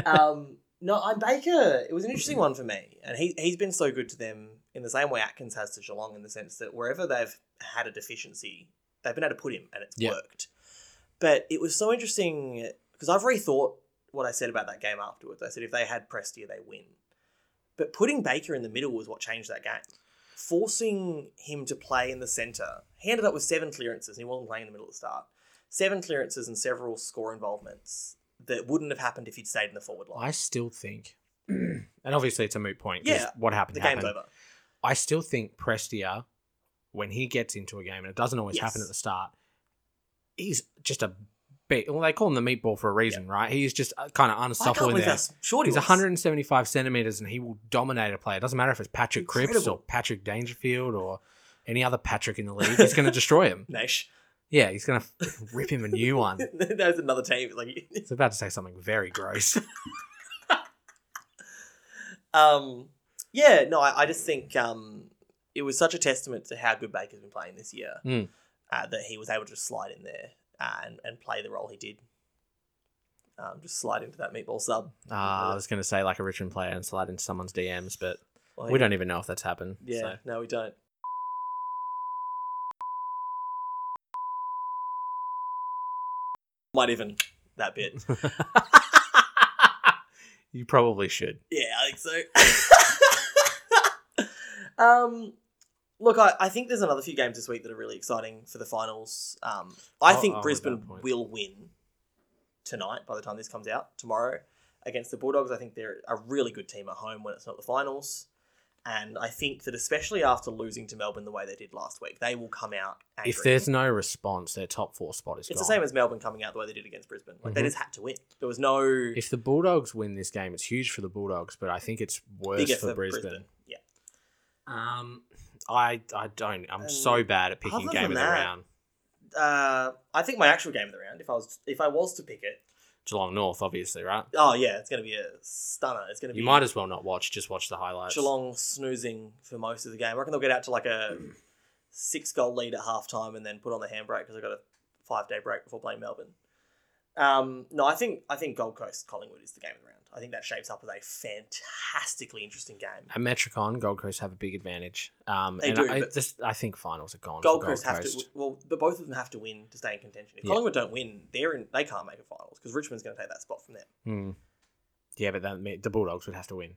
Speaker 2: Um, no, I'm Baker. It was an interesting one for me. And he, he's been so good to them in the same way Atkins has to Geelong in the sense that wherever they've had a deficiency, they've been able to put him and it's
Speaker 1: Yeah.
Speaker 2: worked. But it was so interesting because I've rethought what I said about that game afterwards. I said if they had Prestia, they win. But putting Baker in the middle was what changed that game. Forcing him to play in the centre, he ended up with seven clearances and he wasn't playing in the middle at the start. Seven clearances and several score involvements that wouldn't have happened if he'd stayed in the forward line.
Speaker 1: I still think, and obviously it's a moot point. 'cause
Speaker 2: Mm. Yeah,
Speaker 1: what happened?
Speaker 2: the
Speaker 1: happened.
Speaker 2: game's over.
Speaker 1: I still think Prestia, when he gets into a game, and it doesn't always happen
Speaker 2: Yes.
Speaker 1: at the start, he's just a bit. Well, they call him the meatball for a reason, right? He's just kind of
Speaker 2: I can't
Speaker 1: unstoppable in
Speaker 2: believe
Speaker 1: there.
Speaker 2: that's short. he
Speaker 1: He's
Speaker 2: was.
Speaker 1: 175 centimeters, and he will dominate a player. It doesn't matter if it's Patrick Cripps or
Speaker 2: Incredible.
Speaker 1: Patrick Dangerfield or any other Patrick in the league. He's going to destroy him.
Speaker 2: Nash.
Speaker 1: Yeah, he's going to rip him a new one. I
Speaker 2: There's another team. It's Like,
Speaker 1: was about to say something very gross.
Speaker 2: um, yeah, no, I, I just think um, it was such a testament to how good Baker's been playing this year
Speaker 1: Mm.
Speaker 2: uh, that he was able to just slide in there uh, and, and play the role he did. Um, just slide into that meatball sub.
Speaker 1: Uh, I was going to say like a Richmond player and slide into someone's DMs, but
Speaker 2: Like,
Speaker 1: we don't even know if that's happened.
Speaker 2: Yeah,
Speaker 1: so.
Speaker 2: no, we don't. Might even that bit.
Speaker 1: you probably should.
Speaker 2: Yeah, I think so. um, look, I, I think there's another few games this week that are really exciting for the finals. Um, I
Speaker 1: Oh,
Speaker 2: think
Speaker 1: oh,
Speaker 2: Brisbane
Speaker 1: good point.
Speaker 2: will win tonight by the time this comes out tomorrow against the Bulldogs. I think they're a really good team at home when it's not the finals. And I think that especially after losing to Melbourne the way they did last week, they will come out angry.
Speaker 1: If there's no response, their top four spot is
Speaker 2: it's
Speaker 1: gone.
Speaker 2: the same as Melbourne coming out the way they did against Brisbane. Like they
Speaker 1: Mhm.
Speaker 2: just had to win. There was no
Speaker 1: if the Bulldogs win this game, it's huge for the Bulldogs, but I think it's worse
Speaker 2: bigger
Speaker 1: for, Brisbane.
Speaker 2: Yeah.
Speaker 1: Um, I I don't. I'm
Speaker 2: Um,
Speaker 1: so bad at picking
Speaker 2: other
Speaker 1: game of
Speaker 2: than
Speaker 1: the
Speaker 2: that-
Speaker 1: round.
Speaker 2: uh, I think my actual game of the round, if I was if I was to pick it,
Speaker 1: Geelong North, obviously, right?
Speaker 2: oh yeah, it's going to be a stunner. It's going to be
Speaker 1: You might as well not watch. Just watch the highlights.
Speaker 2: Geelong snoozing for most of the game. I reckon they'll get out to like a six goal lead at half time and then put on the handbrake because they've got a five day break before playing Melbourne. Um, no, I think I think Gold Coast Collingwood is the game of the round. I think that shapes up as a fantastically interesting game.
Speaker 1: At Metricon, Gold Coast have a big advantage. Um,
Speaker 2: They
Speaker 1: and
Speaker 2: do,
Speaker 1: I,
Speaker 2: but-
Speaker 1: this, I think finals are gone.
Speaker 2: Gold,
Speaker 1: for
Speaker 2: Coast, have to well, but both of them have to win to stay in contention. If
Speaker 1: Yeah.
Speaker 2: Collingwood don't win, they're in they can't make a finals because Richmond's going to take that spot from them.
Speaker 1: Hmm. Yeah, but that, me- the Bulldogs would have to win.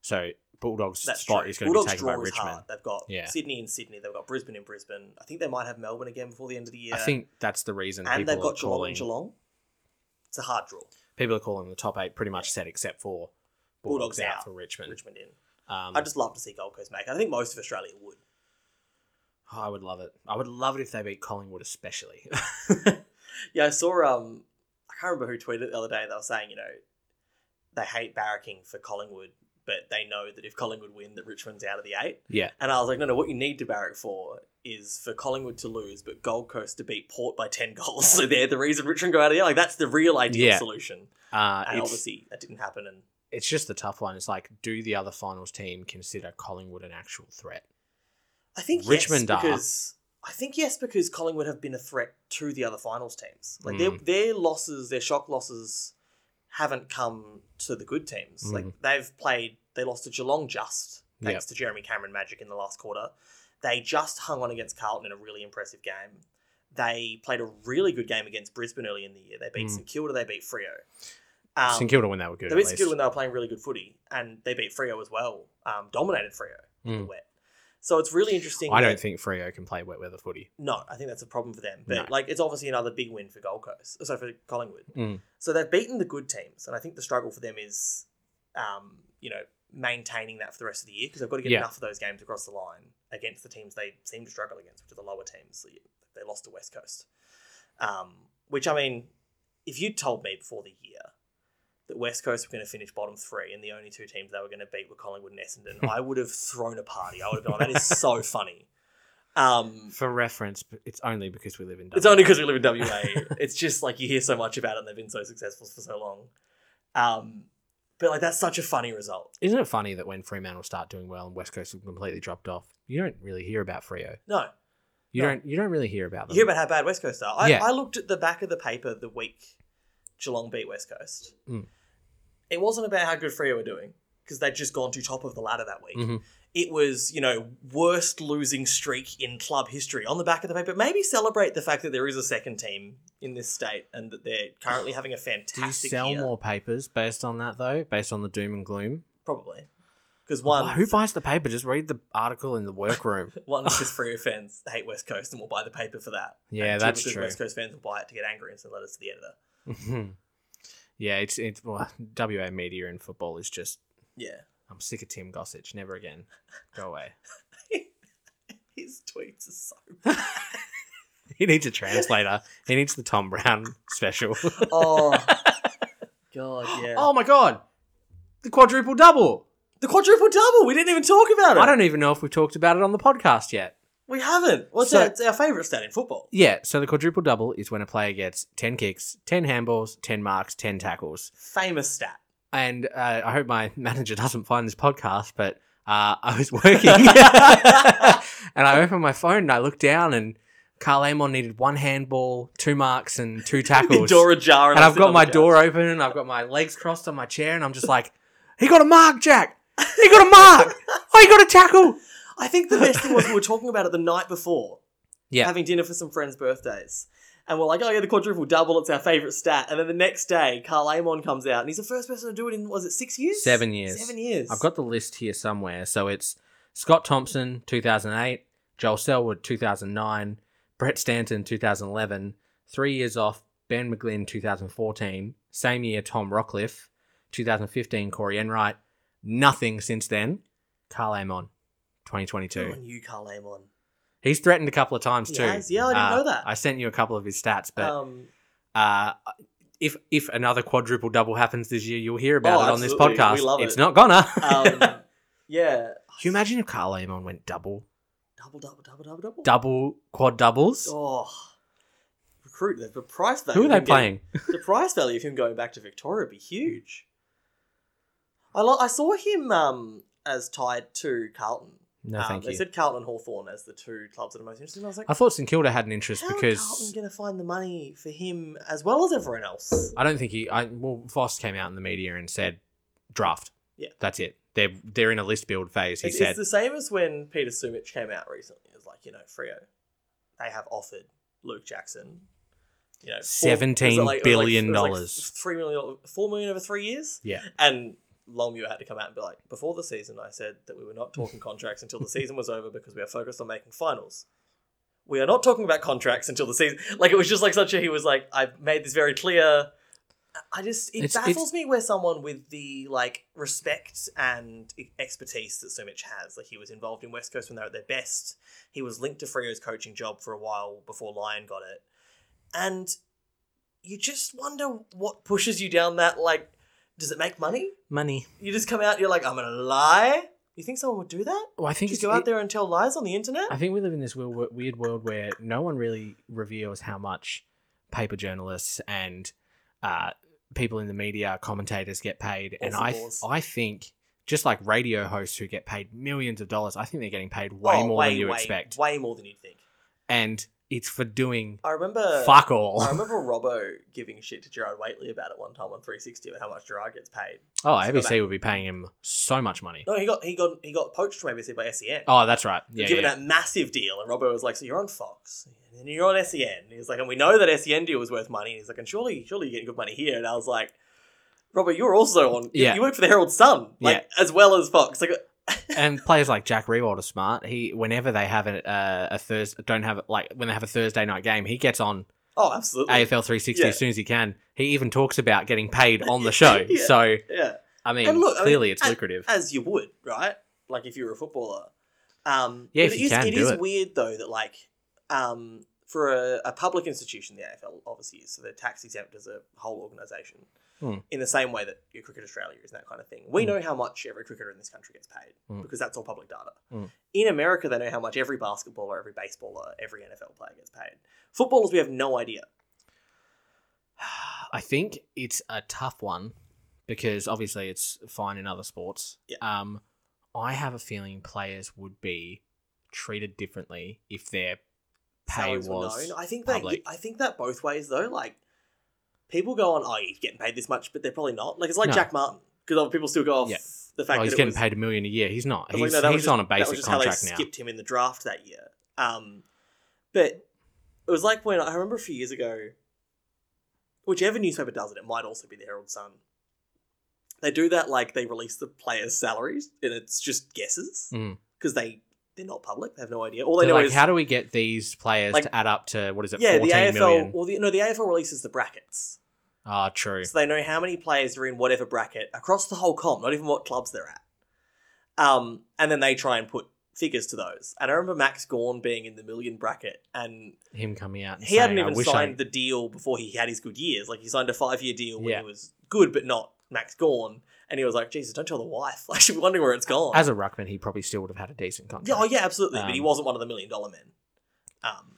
Speaker 1: So Bulldogs
Speaker 2: That's
Speaker 1: spot
Speaker 2: true.
Speaker 1: is going to be
Speaker 2: Bulldogs
Speaker 1: taken by
Speaker 2: draw is
Speaker 1: Richmond.
Speaker 2: hard. They've got
Speaker 1: Yeah.
Speaker 2: Sydney in Sydney. They've got Brisbane in Brisbane. I think they might have Melbourne again before the end of the year.
Speaker 1: I think that's the reason
Speaker 2: and
Speaker 1: people
Speaker 2: they've
Speaker 1: are
Speaker 2: got Geelong
Speaker 1: calling
Speaker 2: and Geelong. It's a hard draw.
Speaker 1: people are calling the top eight pretty much set except for Bulldogs,
Speaker 2: Bulldogs
Speaker 1: out,
Speaker 2: out.
Speaker 1: for Richmond.
Speaker 2: Richmond in.
Speaker 1: Um, I
Speaker 2: I'd just love to see Gold Coast make. it. I think most of Australia would.
Speaker 1: would love it. I would love it if they beat Collingwood, especially.
Speaker 2: Yeah, I saw. Um, I can't remember who tweeted it the other day. They were saying, you know, they hate barracking for Collingwood, but they know that if Collingwood win, that Richmond's out of the eight.
Speaker 1: yeah,
Speaker 2: And I was like, no, no. What you need to barrack for is for Collingwood to lose, but Gold Coast to beat Port by ten goals. So they're the reason Richmond go out of the eight. Like that's the real ideal
Speaker 1: Yeah.
Speaker 2: solution.
Speaker 1: uh,
Speaker 2: and
Speaker 1: it's,
Speaker 2: obviously that didn't happen. And
Speaker 1: it's just the tough one. It's like, do the other finals team consider Collingwood an actual threat?
Speaker 2: I think
Speaker 1: Richmond are.
Speaker 2: yes, because I think yes because Collingwood have been a threat to the other finals teams. Like their
Speaker 1: Mm.
Speaker 2: their losses, their shock losses,
Speaker 1: Mm.
Speaker 2: haven't come to the good teams. Like they've played. They lost to Geelong just. thanks to Jeremy Cameron magic in the last quarter. They just hung on against Carlton in a really impressive game. They played a really good game against Brisbane early in the year. They beat
Speaker 1: Mm.
Speaker 2: St Kilda, they beat Frio. Um,
Speaker 1: St Kilda when they were good.
Speaker 2: they
Speaker 1: at
Speaker 2: beat
Speaker 1: least.
Speaker 2: St Kilda when they were playing really good footy, and they beat Frio as well. Um, dominated Frio in the
Speaker 1: Mm.
Speaker 2: wet. So it's really interesting.
Speaker 1: I
Speaker 2: that-
Speaker 1: don't think Frio can play wet weather footy.
Speaker 2: no, I think that's a problem for them. But
Speaker 1: No.
Speaker 2: like, it's obviously another big win for Gold Coast. Sorry, for Collingwood.
Speaker 1: Mm.
Speaker 2: So they've beaten the good teams, and I think the struggle for them is, um, you know, maintaining that for the rest of the year because they've got to get
Speaker 1: Yeah.
Speaker 2: enough of those games across the line against the teams they seem to struggle against, which are the lower teams. They lost to West Coast, um, which I mean, if you told me before the year that West Coast were going to finish bottom three and the only two teams they were going to beat were Collingwood and Essendon, I would have thrown a party. I would have gone, "That is so funny." Um,
Speaker 1: For reference, it's only because we live in.
Speaker 2: it's only because we live in WA. it's just like you hear so much about it and they've been so successful for so long. Um, but like that's such a funny result.
Speaker 1: Isn't it funny that when Fremantle start doing well and West Coast have completely dropped off, you don't really hear about Frio.
Speaker 2: No,
Speaker 1: You
Speaker 2: No.
Speaker 1: don't. You don't really hear about
Speaker 2: you
Speaker 1: them.
Speaker 2: hear about how bad West Coast are. I,
Speaker 1: Yeah.
Speaker 2: I looked at the back of the paper the week Geelong beat West Coast.
Speaker 1: Mm.
Speaker 2: It wasn't about how good Freo were doing because they'd just gone to top of the ladder that week.
Speaker 1: Mhm.
Speaker 2: It was, you know, worst losing streak in club history on the back of the paper. Maybe celebrate the fact that there is a second team in this state and that they're currently having a fantastic
Speaker 1: Do you sell
Speaker 2: year.
Speaker 1: more papers based on that though? Based on the doom and gloom.
Speaker 2: Probably. Because one,
Speaker 1: Who buys the paper? Just read the article in the workroom.
Speaker 2: One, because Freo fans hate West Coast and will buy the paper for that.
Speaker 1: Yeah,
Speaker 2: And two,
Speaker 1: that's
Speaker 2: because
Speaker 1: true.
Speaker 2: West Coast fans will buy it to get angry and send letters to the editor.
Speaker 1: yeah, it's it's well, WA media and football is just.
Speaker 2: Yeah.
Speaker 1: I'm sick of Tim Gossage. Never again. Go away.
Speaker 2: His tweets are so.
Speaker 1: he needs a translator. He needs the Tom Brown special.
Speaker 2: Oh. God, yeah.
Speaker 1: oh my god, the quadruple double.
Speaker 2: The quadruple double! We didn't even talk about it!
Speaker 1: I don't even know if we've talked about it on the podcast yet.
Speaker 2: We haven't! What's
Speaker 1: So-
Speaker 2: our, it's our favourite stat in football.
Speaker 1: Yeah, so the quadruple double is when a player gets 10 kicks, 10 handballs, 10 marks, 10 tackles.
Speaker 2: Famous stat.
Speaker 1: And uh, I hope my manager doesn't find this podcast, but uh, I was working and I opened my phone and I looked down and Carl Amon needed one handball, two marks, and two tackles.
Speaker 2: Door ajar.
Speaker 1: and
Speaker 2: I'm
Speaker 1: I've
Speaker 2: sitting
Speaker 1: got
Speaker 2: on
Speaker 1: my
Speaker 2: the couch.
Speaker 1: door open and I've got my legs crossed on my chair and I'm just like, he got a mark, Jack. He got a mark. Oh, he got a tackle.
Speaker 2: I think the best thing was we were talking about it the night before.
Speaker 1: Yeah.
Speaker 2: Having dinner for some friends' birthdays. And we're like, oh yeah, the quadruple double, it's our favourite stat. And then the next day, Carl Amon comes out and he's the first person to do it in, was it six years?
Speaker 1: Seven years.
Speaker 2: Seven years.
Speaker 1: I've got the list here somewhere. So it's Scott Thompson, 2008, Joel Selwood, 2009, Brett Stanton, 2011, three years off, Ben McGlynn, 2014, same year, Tom Rockcliffe, 2015, Corey Enright, nothing since then, Carl Amon,
Speaker 2: Good
Speaker 1: 2022.
Speaker 2: on you, Carl Amon.
Speaker 1: He's threatened a couple of times
Speaker 2: He
Speaker 1: too.
Speaker 2: has? Yeah, I didn't
Speaker 1: Uh,
Speaker 2: know that.
Speaker 1: I sent you a couple of his stats, but
Speaker 2: um,
Speaker 1: uh, if if another quadruple double happens this year, you'll hear about
Speaker 2: Oh,
Speaker 1: it on this
Speaker 2: absolutely.
Speaker 1: podcast.
Speaker 2: We love
Speaker 1: it's
Speaker 2: it.
Speaker 1: not gonna.
Speaker 2: um, yeah.
Speaker 1: Can you imagine if Carl Amon went double,
Speaker 2: Double, double, double, double, double.
Speaker 1: double quad doubles?
Speaker 2: Oh. Recruit, the- the price value.
Speaker 1: Who are
Speaker 2: of
Speaker 1: they
Speaker 2: him getting-
Speaker 1: playing?
Speaker 2: the price value of him going back to Victoria would be huge. I lo- I saw him um, as tied to Carlton.
Speaker 1: No,
Speaker 2: um,
Speaker 1: thank
Speaker 2: they
Speaker 1: you.
Speaker 2: said Carlton and Hawthorn as the two clubs that are most interesting. I was like,
Speaker 1: I thought St Kilda had an interest
Speaker 2: how are Carlton
Speaker 1: because
Speaker 2: going to find the money for him as well as everyone else?
Speaker 1: I don't think he. I, well, Voss came out in the media and said draft.
Speaker 2: Yeah.
Speaker 1: that's it. They're they're in a list build phase. He
Speaker 2: It's,
Speaker 1: said
Speaker 2: it's the same as when Peter Sumich came out recently. It was like, you know, Frio, they have offered Luke Jackson, you know,
Speaker 1: Seventeen
Speaker 2: $17
Speaker 1: billion dollars.
Speaker 2: three million, four million over three years.
Speaker 1: yeah.
Speaker 2: And Longmuir had to come out and be like, before the season, I said that we were not talking contracts until the season was over because we are focused on making finals. We are not talking about contracts until the season. Like it was just like such a he was like, I've made this very clear. I just it
Speaker 1: It's-
Speaker 2: baffles
Speaker 1: it's-
Speaker 2: me where someone with the like respect and e, expertise that Sumich has, like he was involved in West Coast when they were at their best. He was linked to Freo's coaching job for a while before Lyon got it, and you just wonder what pushes you down that like. Does it make money?
Speaker 1: Money.
Speaker 2: You just come out, you're like, I'm gonna lie. You think someone would do that?
Speaker 1: Well, I think
Speaker 2: Just
Speaker 1: it's-
Speaker 2: go out
Speaker 1: it-
Speaker 2: there and tell lies on the internet?
Speaker 1: I think we live in this weird, weird world where no one really reveals how much paper journalists and uh, people in the media, commentators get paid. And I,
Speaker 2: Whistleblows.
Speaker 1: I think just like radio hosts who get paid millions of dollars, I think they're getting paid way
Speaker 2: Oh,
Speaker 1: more than you
Speaker 2: way,
Speaker 1: expect.
Speaker 2: Way more than you'd think.
Speaker 1: And It's for doing
Speaker 2: I remember.
Speaker 1: fuck all.
Speaker 2: I remember Robbo giving shit to Gerard Waitley about it one time on 360 about how much Gerard gets paid.
Speaker 1: Oh,
Speaker 2: Let's go
Speaker 1: ABC would be paying him so much money.
Speaker 2: No, he got he got he got poached from ABC by E SEN.
Speaker 1: Oh, that's right. Yeah,
Speaker 2: given
Speaker 1: yeah.
Speaker 2: that massive deal, and Robbo was like, "So you're on Fox, and then you're on SEN." And he was like, "And we know that SEN deal was worth money." And he's like, "And surely, surely you're getting good money here." And I was like, "Robbo, you're also on.
Speaker 1: Yeah.
Speaker 2: You work for the Herald Sun, like as well as Fox. Like,
Speaker 1: and players like Jack Rewald are smart. He whenever they have a uh, a Thursday don't have like when they have a Thursday night game, he gets on
Speaker 2: oh, absolutely,
Speaker 1: AFL 360
Speaker 2: Yeah.
Speaker 1: as soon as he can. He even talks about getting paid on the show.
Speaker 2: Yeah.
Speaker 1: So
Speaker 2: yeah,
Speaker 1: I mean,
Speaker 2: And look, I mean,
Speaker 1: clearly it's
Speaker 2: I-
Speaker 1: lucrative.
Speaker 2: as you would, right? Like if you were a footballer. Um,
Speaker 1: Yeah, if
Speaker 2: but it
Speaker 1: you
Speaker 2: is-
Speaker 1: can,
Speaker 2: it
Speaker 1: do
Speaker 2: is
Speaker 1: it.
Speaker 2: weird though that like um, for a, a public institution, the AFL obviously is, so they're tax exempt as a whole organisation.
Speaker 1: Hmm.
Speaker 2: In the same way that your Cricket Australia is and that kind of thing, we
Speaker 1: Hmm.
Speaker 2: know how much every cricketer in this country gets paid
Speaker 1: Hmm.
Speaker 2: because that's all public data.
Speaker 1: Hmm.
Speaker 2: In America, they know how much every basketballer, every baseballer, every NFL player gets paid. Footballers, we have no idea.
Speaker 1: I think it's a tough one because obviously it's fine in other sports.
Speaker 2: Yeah.
Speaker 1: Um, I have a feeling players would be treated differently if their pay
Speaker 2: salaries were
Speaker 1: was
Speaker 2: known. I think that
Speaker 1: public.
Speaker 2: I think that both ways though. Like people go on, oh, he's getting paid this much, but they're probably not. Like it's like
Speaker 1: No.
Speaker 2: Jack Martin because people still go off
Speaker 1: Yeah.
Speaker 2: the fact
Speaker 1: oh,
Speaker 2: that
Speaker 1: he's
Speaker 2: it
Speaker 1: getting
Speaker 2: was,
Speaker 1: paid a million a year. He's not.
Speaker 2: I was
Speaker 1: He's,
Speaker 2: like, no, that was
Speaker 1: he's
Speaker 2: just-
Speaker 1: on a
Speaker 2: that was
Speaker 1: basic
Speaker 2: just how they
Speaker 1: contract now.
Speaker 2: skipped him in the draft that year. Um, but it was like when I remember a few years ago, whichever newspaper does it, it might also be the Herald Sun. They do that like they release the players' salaries and it's just guesses
Speaker 1: Mm.
Speaker 2: because they they're not public. They have no idea. All they
Speaker 1: They're
Speaker 2: know
Speaker 1: like,
Speaker 2: is
Speaker 1: how do we get these players
Speaker 2: Like-
Speaker 1: to add up to what is it?
Speaker 2: yeah, the
Speaker 1: fourteen million?
Speaker 2: AFL. Well, the, no, the AFL releases the brackets,
Speaker 1: Ah, true.
Speaker 2: so they know how many players are in whatever bracket across the whole comp, not even what clubs they're at. Um, and then they try and put figures to those. And I remember Max Gorn being in the million bracket, and
Speaker 1: Him coming out. And
Speaker 2: he
Speaker 1: saying,
Speaker 2: hadn't
Speaker 1: "I
Speaker 2: even
Speaker 1: wish
Speaker 2: signed
Speaker 1: I...
Speaker 2: the deal before he had his good years. Like he signed a five-year deal when
Speaker 1: Yeah.
Speaker 2: he was good, but not Max Gorn. And he was like, "Jesus, don't tell the wife." Like she'd be wondering where it's gone.
Speaker 1: As a ruckman, he probably still would have had a decent contract.
Speaker 2: yeah, oh yeah, absolutely. but he
Speaker 1: Um,
Speaker 2: wasn't one of the million-dollar men. Um,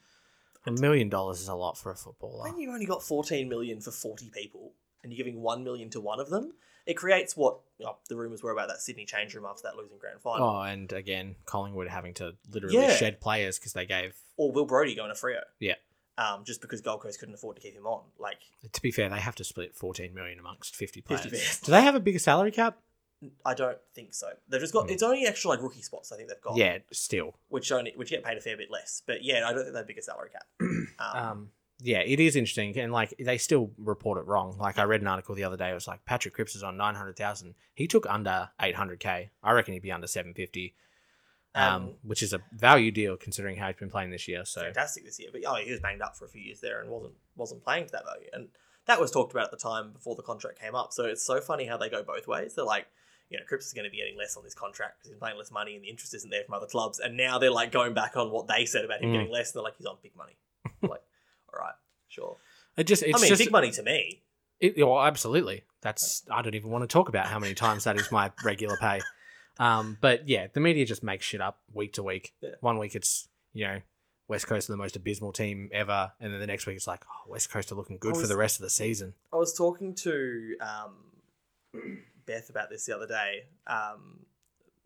Speaker 1: A million dollars is a lot for a footballer.
Speaker 2: When you only got 14 million for 40 people and you're giving 1 million to one of them, it creates what oh, the rumours were about that Sydney change room after that losing grand final.
Speaker 1: Oh, and again, Collingwood having to literally
Speaker 2: Yeah.
Speaker 1: shed players because they gave.
Speaker 2: Or Will Brody going to Frio.
Speaker 1: Yeah.
Speaker 2: Um, just because Gold Coast couldn't afford to keep him on. Like,
Speaker 1: To be fair, they have to split fourteen million amongst fifty players.
Speaker 2: 50 players.
Speaker 1: Do they have a bigger salary cap?
Speaker 2: I don't think so. They've just got,
Speaker 1: Hmm.
Speaker 2: it's only extra like rookie spots I think they've got.
Speaker 1: Yeah, still.
Speaker 2: Which only, which get paid a fair bit less. But yeah, I don't think they've bigger salary cap. Um,
Speaker 1: Um, yeah, it is interesting, and like they still report it wrong. Like I read an article the other day. It was like Patrick Cripps is on nine hundred thousand. He took under eight hundred k. I reckon he'd be under seven fifty, um,
Speaker 2: Um,
Speaker 1: which is a value deal considering how he's been playing this year. So
Speaker 2: fantastic this year. But oh, he was banged up for a few years there and wasn't wasn't playing to that value. And that was talked about at the time before the contract came up. So it's so funny how they go both ways. They're like, you know, Cripps is going to be getting less on this contract because he's playing less money and the interest isn't there from other clubs. And now they're like going back on what they said about him
Speaker 1: Mm.
Speaker 2: getting less. And they're like, he's on big money. like, all right, sure.
Speaker 1: it just it's
Speaker 2: I mean,
Speaker 1: just
Speaker 2: big money to me.
Speaker 1: It, oh, absolutely. That's I don't even want to talk about how many times that is my regular pay. Um, but yeah, the media just makes shit up week to week.
Speaker 2: Yeah.
Speaker 1: One week it's you know West Coast are the most abysmal team ever, and then the next week it's like oh, West Coast are looking good
Speaker 2: I
Speaker 1: for
Speaker 2: was-
Speaker 1: the rest of the season.
Speaker 2: I was talking to um, Beth about this the other day. Um,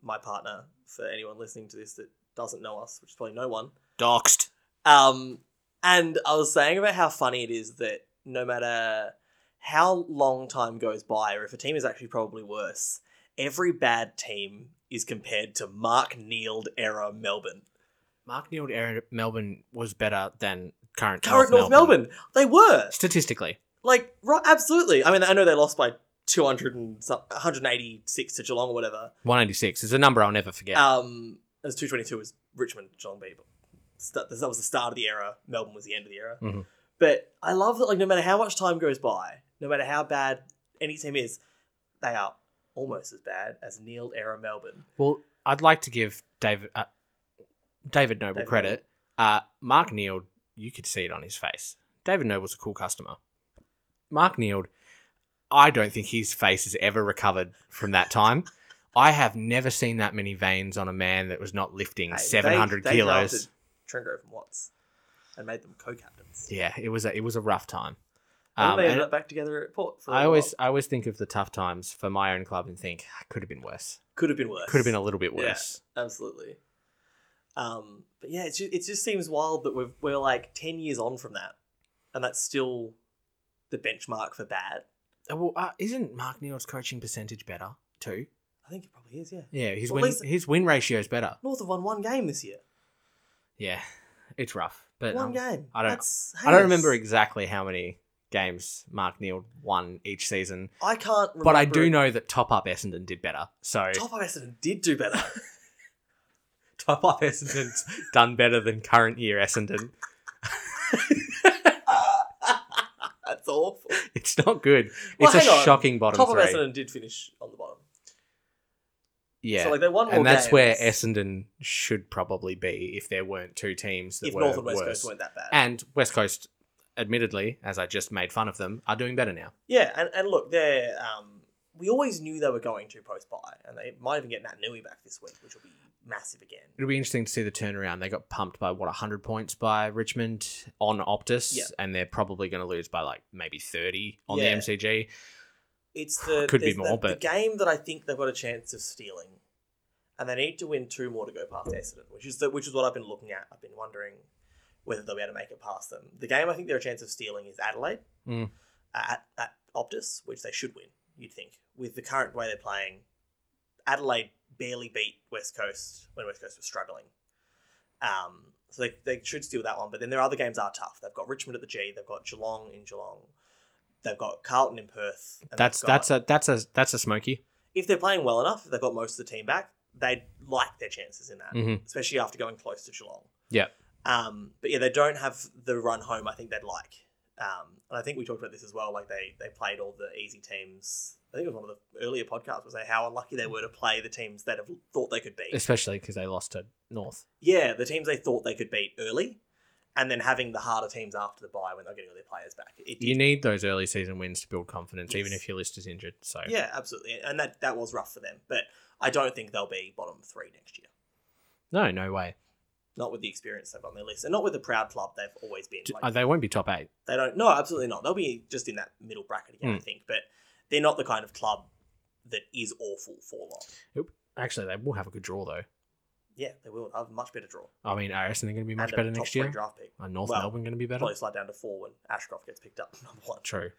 Speaker 2: my partner, for anyone listening to this that doesn't know us, which is probably no one,
Speaker 1: Doxed.
Speaker 2: Um, and I was saying about how funny it is that no matter how long time goes by, or if a team is actually probably worse, every bad team is compared to Mark Neild era Melbourne.
Speaker 1: Mark Neal era Melbourne was better than current
Speaker 2: Current North, Melbourne. They were.
Speaker 1: statistically.
Speaker 2: Like, right, absolutely. I mean, I know they lost by 200 and some, 186 to Geelong or whatever.
Speaker 1: One eighty six is a number I'll never forget.
Speaker 2: Um, it was 222 was Richmond Geelong B, but st- that was the start of the era. Melbourne was the end of the era.
Speaker 1: Mhm.
Speaker 2: But I love that, like, no matter how much time goes by, no matter how bad any team is, they are almost as bad as Neil era Melbourne.
Speaker 1: Well, I'd like to give David uh, David Noble
Speaker 2: David
Speaker 1: credit. Uh, Mark Neild, you could see it on his face. David Noble's a cool customer. Mark Neild, I don't think his face has ever recovered from that time. I have never seen that many veins on a man that was not lifting
Speaker 2: Hey, they-
Speaker 1: 700
Speaker 2: they
Speaker 1: kilos.
Speaker 2: drafted Trengrove and Watts and made them co-captains.
Speaker 1: Yeah, it was a, it was a rough time.
Speaker 2: And
Speaker 1: Um,
Speaker 2: they
Speaker 1: and
Speaker 2: ended up back together at Port. For a
Speaker 1: I
Speaker 2: while.
Speaker 1: always I always think of the tough times for my own club and think could have "Ah, been worse.
Speaker 2: could have been worse.
Speaker 1: Could have been a little bit
Speaker 2: Yeah.
Speaker 1: worse.
Speaker 2: absolutely. Um, but yeah, it just, it just seems wild that we've, we're like 10 years on from that, and that's still the benchmark for bad.
Speaker 1: Uh, Well, uh, isn't Mark Neal's coaching percentage better too?
Speaker 2: I think it probably is, yeah.
Speaker 1: Yeah, his
Speaker 2: Well, at
Speaker 1: win
Speaker 2: least-
Speaker 1: his win ratio is better.
Speaker 2: North have won one game this year.
Speaker 1: Yeah, it's rough, but
Speaker 2: one
Speaker 1: um,
Speaker 2: game.
Speaker 1: I don't-
Speaker 2: That's
Speaker 1: I don't
Speaker 2: heinous.
Speaker 1: remember exactly how many games Mark Neal won each season,
Speaker 2: I can't remember.
Speaker 1: but I do know that Top Up Essendon did better. So
Speaker 2: Top up Essendon did do better.
Speaker 1: Top Up Essendon's done better than current year Essendon.
Speaker 2: That's awful.
Speaker 1: It's not good.
Speaker 2: Well,
Speaker 1: It's a
Speaker 2: hang on.
Speaker 1: shocking bottom
Speaker 2: Top up
Speaker 1: three.
Speaker 2: Essendon did finish on the bottom.
Speaker 1: Yeah,
Speaker 2: So like they won more
Speaker 1: and that's where
Speaker 2: games
Speaker 1: Essendon should probably be if there weren't two teams that
Speaker 2: if
Speaker 1: were
Speaker 2: North and West
Speaker 1: worse.
Speaker 2: Coast weren't that bad.
Speaker 1: And West Coast, admittedly, as I just made fun of them, are doing better now.
Speaker 2: yeah, and, and look, they're um, we always knew they were going to post buy, and they might even get Nat Nui back this week, which will be massive again.
Speaker 1: It'll be interesting to see the turnaround. They got pumped by what 100 points by Richmond on Optus,
Speaker 2: Yeah.
Speaker 1: and they're probably going to lose by like maybe 30 on
Speaker 2: Yeah.
Speaker 1: the MCG.
Speaker 2: It's the
Speaker 1: Could be
Speaker 2: there's the-
Speaker 1: more,
Speaker 2: the,
Speaker 1: but-
Speaker 2: game that I think they've got a chance of stealing, and they need to win two more to go past Essendon, which is the, which is what I've been looking at. I've been wondering whether they'll be able to make it past them. The game I think they're a chance of stealing is Adelaide uh,
Speaker 1: Mm.
Speaker 2: at at Optus, which they should win. You'd think with the current way they're playing, Adelaide barely beat West Coast when West Coast was struggling. Um, so they, they should steal that one. But then their other games are tough. They've got Richmond at the G. They've got Geelong in Geelong. They've got Carlton in Perth. and
Speaker 1: That's
Speaker 2: they've got-
Speaker 1: that's a that's a that's a smoky.
Speaker 2: if they're playing well enough, they've got most of the team back, they'd like their chances in that,
Speaker 1: Mhm.
Speaker 2: especially after going close to Geelong.
Speaker 1: Yeah.
Speaker 2: Um, but yeah, they don't have the run home I think they'd like. Um, and I think we talked about this as well. Like they they played all the easy teams. I think it was one of the earlier podcasts was like how unlucky they were to play the teams that have thought they could beat.
Speaker 1: especially because they lost to North.
Speaker 2: Yeah, the teams they thought they could beat early, and then having the harder teams after the bye when they're getting all their players back. It
Speaker 1: You need those early season wins to build confidence, even
Speaker 2: Yes.
Speaker 1: if your list is injured. So
Speaker 2: yeah, absolutely, and that that was rough for them. But I don't think they'll be bottom three next year.
Speaker 1: no, no way.
Speaker 2: not with the experience they've got on their list, and not with the proud club they've always been.
Speaker 1: D- uh,
Speaker 2: Like,
Speaker 1: they won't be top eight.
Speaker 2: they don't. No, absolutely not. They'll be just in that middle bracket again,
Speaker 1: Hmm.
Speaker 2: I think. But they're not the kind of club that is awful for long.
Speaker 1: Actually, they will have a good draw though.
Speaker 2: Yeah, they will have a much better draw.
Speaker 1: I mean, are Essendon going to be much
Speaker 2: And a
Speaker 1: better
Speaker 2: top
Speaker 1: next
Speaker 2: three
Speaker 1: year?
Speaker 2: Draft pick
Speaker 1: Are North
Speaker 2: Well,
Speaker 1: Melbourne going to be better?
Speaker 2: probably slide down to four when Ashcroft gets picked up number one.
Speaker 1: True.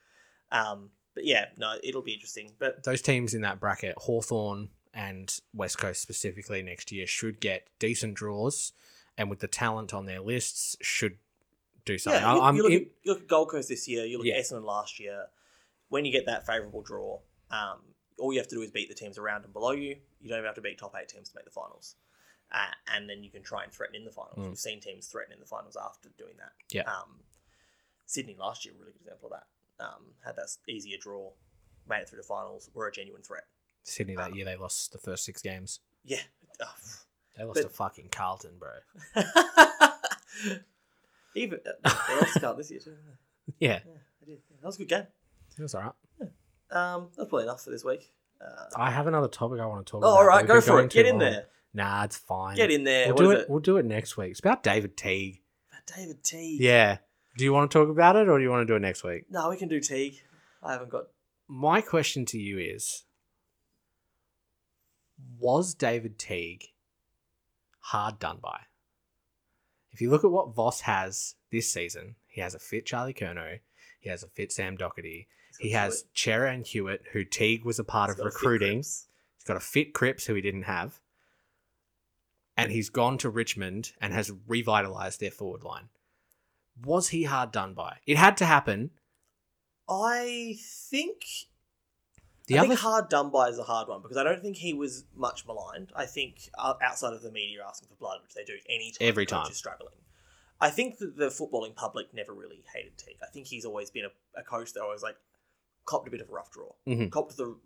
Speaker 2: Um, but yeah, no, it'll be interesting. But
Speaker 1: Those teams in that bracket, Hawthorn and West Coast specifically next year, should get decent draws, and with the talent on their lists, should do something.
Speaker 2: yeah, you,
Speaker 1: I- I'm
Speaker 2: you look
Speaker 1: in-
Speaker 2: at, you look at Gold Coast this year. You look
Speaker 1: Yeah.
Speaker 2: at Essendon last year. When you get that favourable draw, um, all you have to do is beat the teams around and below you. You don't even have to beat top eight teams to make the finals, uh, and then you can try and threaten in the finals.
Speaker 1: Mm.
Speaker 2: We've seen teams threaten in the finals after doing that.
Speaker 1: Yeah.
Speaker 2: Um, Sydney last year, really good example of that. Um, had that s- easier draw, made it through the finals, were a genuine threat.
Speaker 1: Sydney that year. They lost the first six games.
Speaker 2: Yeah.
Speaker 1: They lost
Speaker 2: But-
Speaker 1: to fucking Carlton, bro.
Speaker 2: even they lost to Carlton this year too. didn't they?
Speaker 1: Yeah,
Speaker 2: Yeah, they did. Yeah, that was a good game.
Speaker 1: it was all right.
Speaker 2: Um, that's probably enough for this week. Uh,
Speaker 1: I have another topic I want to talk
Speaker 2: oh,
Speaker 1: about.
Speaker 2: all right,
Speaker 1: but
Speaker 2: go
Speaker 1: we've been
Speaker 2: for
Speaker 1: going
Speaker 2: it. Get
Speaker 1: too
Speaker 2: in
Speaker 1: long.
Speaker 2: there.
Speaker 1: Nah, it's fine.
Speaker 2: Get in there.
Speaker 1: We'll
Speaker 2: What
Speaker 1: do
Speaker 2: is
Speaker 1: it,
Speaker 2: it?
Speaker 1: We'll do it next week. It's about David Teague.
Speaker 2: David Teague.
Speaker 1: Yeah. Do you want to talk about it, or do you want to do it next week?
Speaker 2: No, we can do Teague. I haven't got.
Speaker 1: My question to you is: Was David Teague hard done by? If you look at what Voss has this season, he has a fit Charlie Kerno, he has a fit Sam Doherty, he has Chera and Hewitt, who Teague was a part
Speaker 2: He's
Speaker 1: of
Speaker 2: got a fit
Speaker 1: recruiting.
Speaker 2: grips.
Speaker 1: He's got a fit Cripps who he didn't have. And he's gone to Richmond and has revitalized their forward line. Was he hard done by? It had to happen.
Speaker 2: I think
Speaker 1: The
Speaker 2: I
Speaker 1: other
Speaker 2: think hard done by is a hard one because I don't think he was much maligned. I think uh, outside of the media asking for blood, which they do any time
Speaker 1: Every
Speaker 2: the coach
Speaker 1: time.
Speaker 2: is struggling. I think that the footballing public never really hated Teague. I think he's always been a, a coach that always like copped a bit of a rough draw,
Speaker 1: Mhm.
Speaker 2: copped the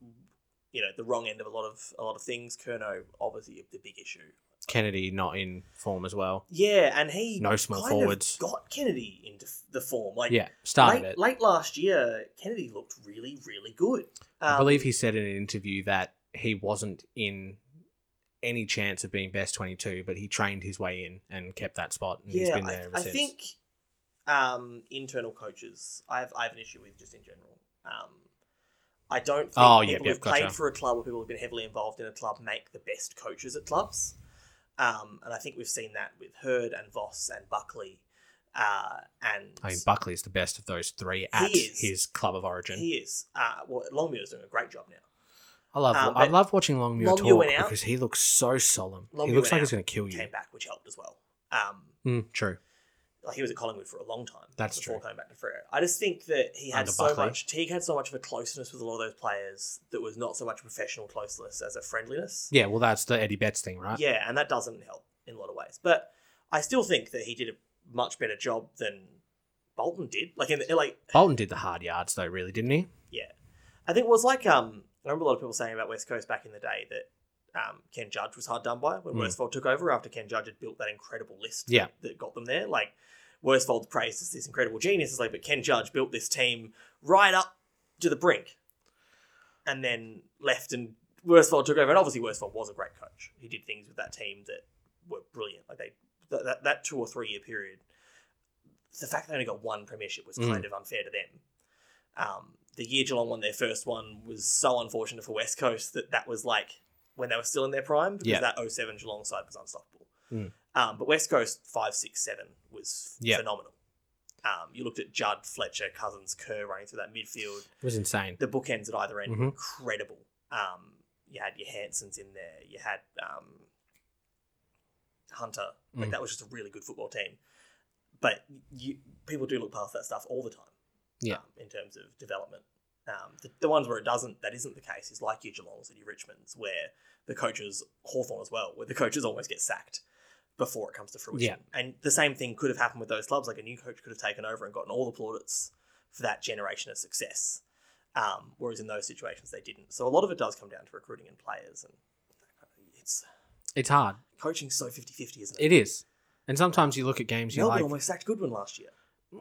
Speaker 2: you know the wrong end of a lot of a lot of things. Kerno obviously the big issue.
Speaker 1: Kennedy not in form as well.
Speaker 2: Yeah, and he
Speaker 1: No small
Speaker 2: kind of
Speaker 1: forwards.
Speaker 2: got Kennedy into f- the form like
Speaker 1: Yeah, started
Speaker 2: late,
Speaker 1: it.
Speaker 2: late last year. Kennedy looked really really good.
Speaker 1: I
Speaker 2: Um,
Speaker 1: believe he said in an interview that he wasn't in any chance of being best 22, but he trained his way in and kept that spot. And he's been there ever
Speaker 2: I,
Speaker 1: since.
Speaker 2: I think um, internal coaches. I have I have an issue with just in general. Um, I don't think
Speaker 1: Oh, yep,
Speaker 2: people
Speaker 1: yep,
Speaker 2: who've played
Speaker 1: gotcha.
Speaker 2: for a club or people who've been heavily involved in a club make the best coaches at clubs. Um, and I think we've seen that with Hurd and Voss and Buckley. Uh, and
Speaker 1: I mean, Buckley is the best of those three at
Speaker 2: is.
Speaker 1: his club of origin.
Speaker 2: he is. Uh, well, Longmuir's doing a great job now.
Speaker 1: I love
Speaker 2: Um,
Speaker 1: I
Speaker 2: but
Speaker 1: love watching Longmuir
Speaker 2: Longmuir
Speaker 1: talk
Speaker 2: went out.
Speaker 1: because he looks so solemn.
Speaker 2: Longmuir
Speaker 1: he looks
Speaker 2: went
Speaker 1: like he's
Speaker 2: out.
Speaker 1: going to kill you.
Speaker 2: Came back, which helped as well. Um,
Speaker 1: Mm, true.
Speaker 2: like he was at Collingwood for a long time.
Speaker 1: That's
Speaker 2: before coming back to Freo. I just think that he had
Speaker 1: Under
Speaker 2: so
Speaker 1: Buckley.
Speaker 2: much. Teague had so much of a closeness with a lot of those players that was not so much professional closeness as a friendliness.
Speaker 1: Yeah, well, that's the Eddie Betts thing, right?
Speaker 2: Yeah, and that doesn't help in a lot of ways. But I still think that he did a much better job than Bolton did. Like in the, like
Speaker 1: Bolton did the hard yards though, really, didn't he?
Speaker 2: I think it was like um I remember a lot of people saying about West Coast back in the day that um, Ken Judge was hard done by when
Speaker 1: Mm.
Speaker 2: Worsfold took over after Ken Judge had built that incredible list
Speaker 1: Yeah.
Speaker 2: that got them there. Like Worsfold's praised as this incredible genius. It's like, but Ken Judge built this team right up to the brink and then left and Worsfold took over. And obviously Worsfold was a great coach. He did things with that team that were brilliant. Like they that, that, that two or three year period, the fact they only got one premiership was
Speaker 1: Mm.
Speaker 2: kind of unfair to them. Um, the year Geelong won their first one was so unfortunate for West Coast that that was like when they were still in their prime because
Speaker 1: Yeah.
Speaker 2: that 07 Geelong side was unstoppable.
Speaker 1: Mm.
Speaker 2: Um, but West Coast five, six, seven was
Speaker 1: Yeah.
Speaker 2: phenomenal. Um, you looked at Judd, Fletcher, Cousins, Kerr running through that midfield
Speaker 1: It was insane.
Speaker 2: the bookends at either end
Speaker 1: Mhm.
Speaker 2: were incredible. Um, you had your Hansons in there. You had um, Hunter. Like
Speaker 1: Mm.
Speaker 2: that was just a really good football team. But you people do look past that stuff all the time.
Speaker 1: Yeah.
Speaker 2: um, in terms of development, um, the, the ones where it doesn't, that isn't the case, is like your Geelongs and your Richmonds, where the coaches Hawthorn as well, where the coaches almost get sacked before it comes to fruition.
Speaker 1: Yeah.
Speaker 2: And the same thing could have happened with those clubs. Like a new coach could have taken over and gotten all the plaudits for that generation of success. Um, whereas in those situations they didn't. So a lot of it does come down to recruiting and players, and uh, it's
Speaker 1: It's hard.
Speaker 2: coaching's so 50-50, isn't
Speaker 1: It
Speaker 2: it?
Speaker 1: is. And sometimes you look at games, you
Speaker 2: Melbourne
Speaker 1: like.
Speaker 2: almost sacked Goodwin last year.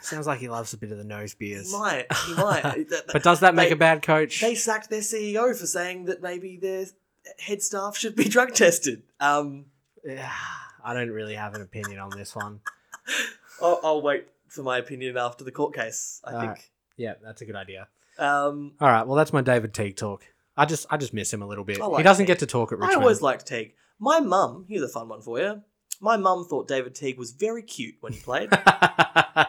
Speaker 1: Sounds like he loves a bit of the nose beers.
Speaker 2: He might, he might. That-
Speaker 1: But does that make
Speaker 2: they-
Speaker 1: a bad coach?
Speaker 2: they sacked their CEO for saying that maybe their head staff should be drug tested. Um,
Speaker 1: Yeah, I don't really have an opinion on this one.
Speaker 2: I'll, I'll wait for my opinion after the court case. I
Speaker 1: All
Speaker 2: think.
Speaker 1: Yeah, that's a good idea.
Speaker 2: Um,
Speaker 1: All right, well, that's my David Teague talk. I just, I just miss him a little bit.
Speaker 2: I like
Speaker 1: he doesn't
Speaker 2: Teague.
Speaker 1: get to talk at
Speaker 2: I
Speaker 1: Richmond.
Speaker 2: always liked Teague. My mum, here's a fun one for you. My mum thought David Teague was very cute when he played.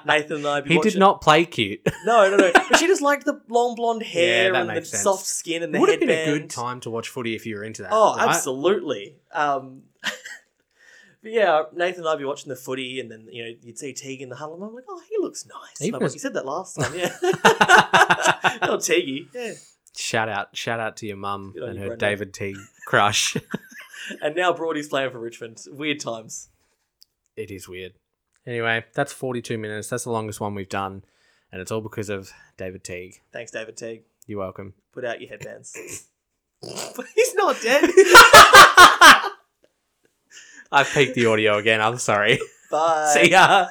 Speaker 2: Nathan and I. Be
Speaker 1: he
Speaker 2: watching.
Speaker 1: did not play cute.
Speaker 2: No, no, no. But she just liked the long blonde hair
Speaker 1: that
Speaker 2: and the
Speaker 1: makes sense.
Speaker 2: soft skin and the
Speaker 1: Would have
Speaker 2: headband.
Speaker 1: been a good time to watch footy if you were into that.
Speaker 2: Oh,
Speaker 1: right?
Speaker 2: absolutely. Um, but yeah, Nathan and I'd be watching the footy, and then you know you'd see Teague in the huddle, and I'm like, oh, he looks nice.
Speaker 1: He
Speaker 2: And I'm
Speaker 1: was-
Speaker 2: like, you said that last time, yeah. oh, Teague, yeah.
Speaker 1: Shout out, shout out to your mum
Speaker 2: Good on
Speaker 1: and
Speaker 2: you,
Speaker 1: her
Speaker 2: Brendan.
Speaker 1: David Teague crush.
Speaker 2: And now Brody's playing for Richmond. Weird times.
Speaker 1: it is weird. Anyway, that's 42 minutes. That's the longest one we've done, and it's all because of David Teague.
Speaker 2: Thanks, David Teague.
Speaker 1: You're welcome.
Speaker 2: Put out your headbands. He's not dead.
Speaker 1: I've peaked the audio again. I'm sorry.
Speaker 2: Bye.
Speaker 1: See ya.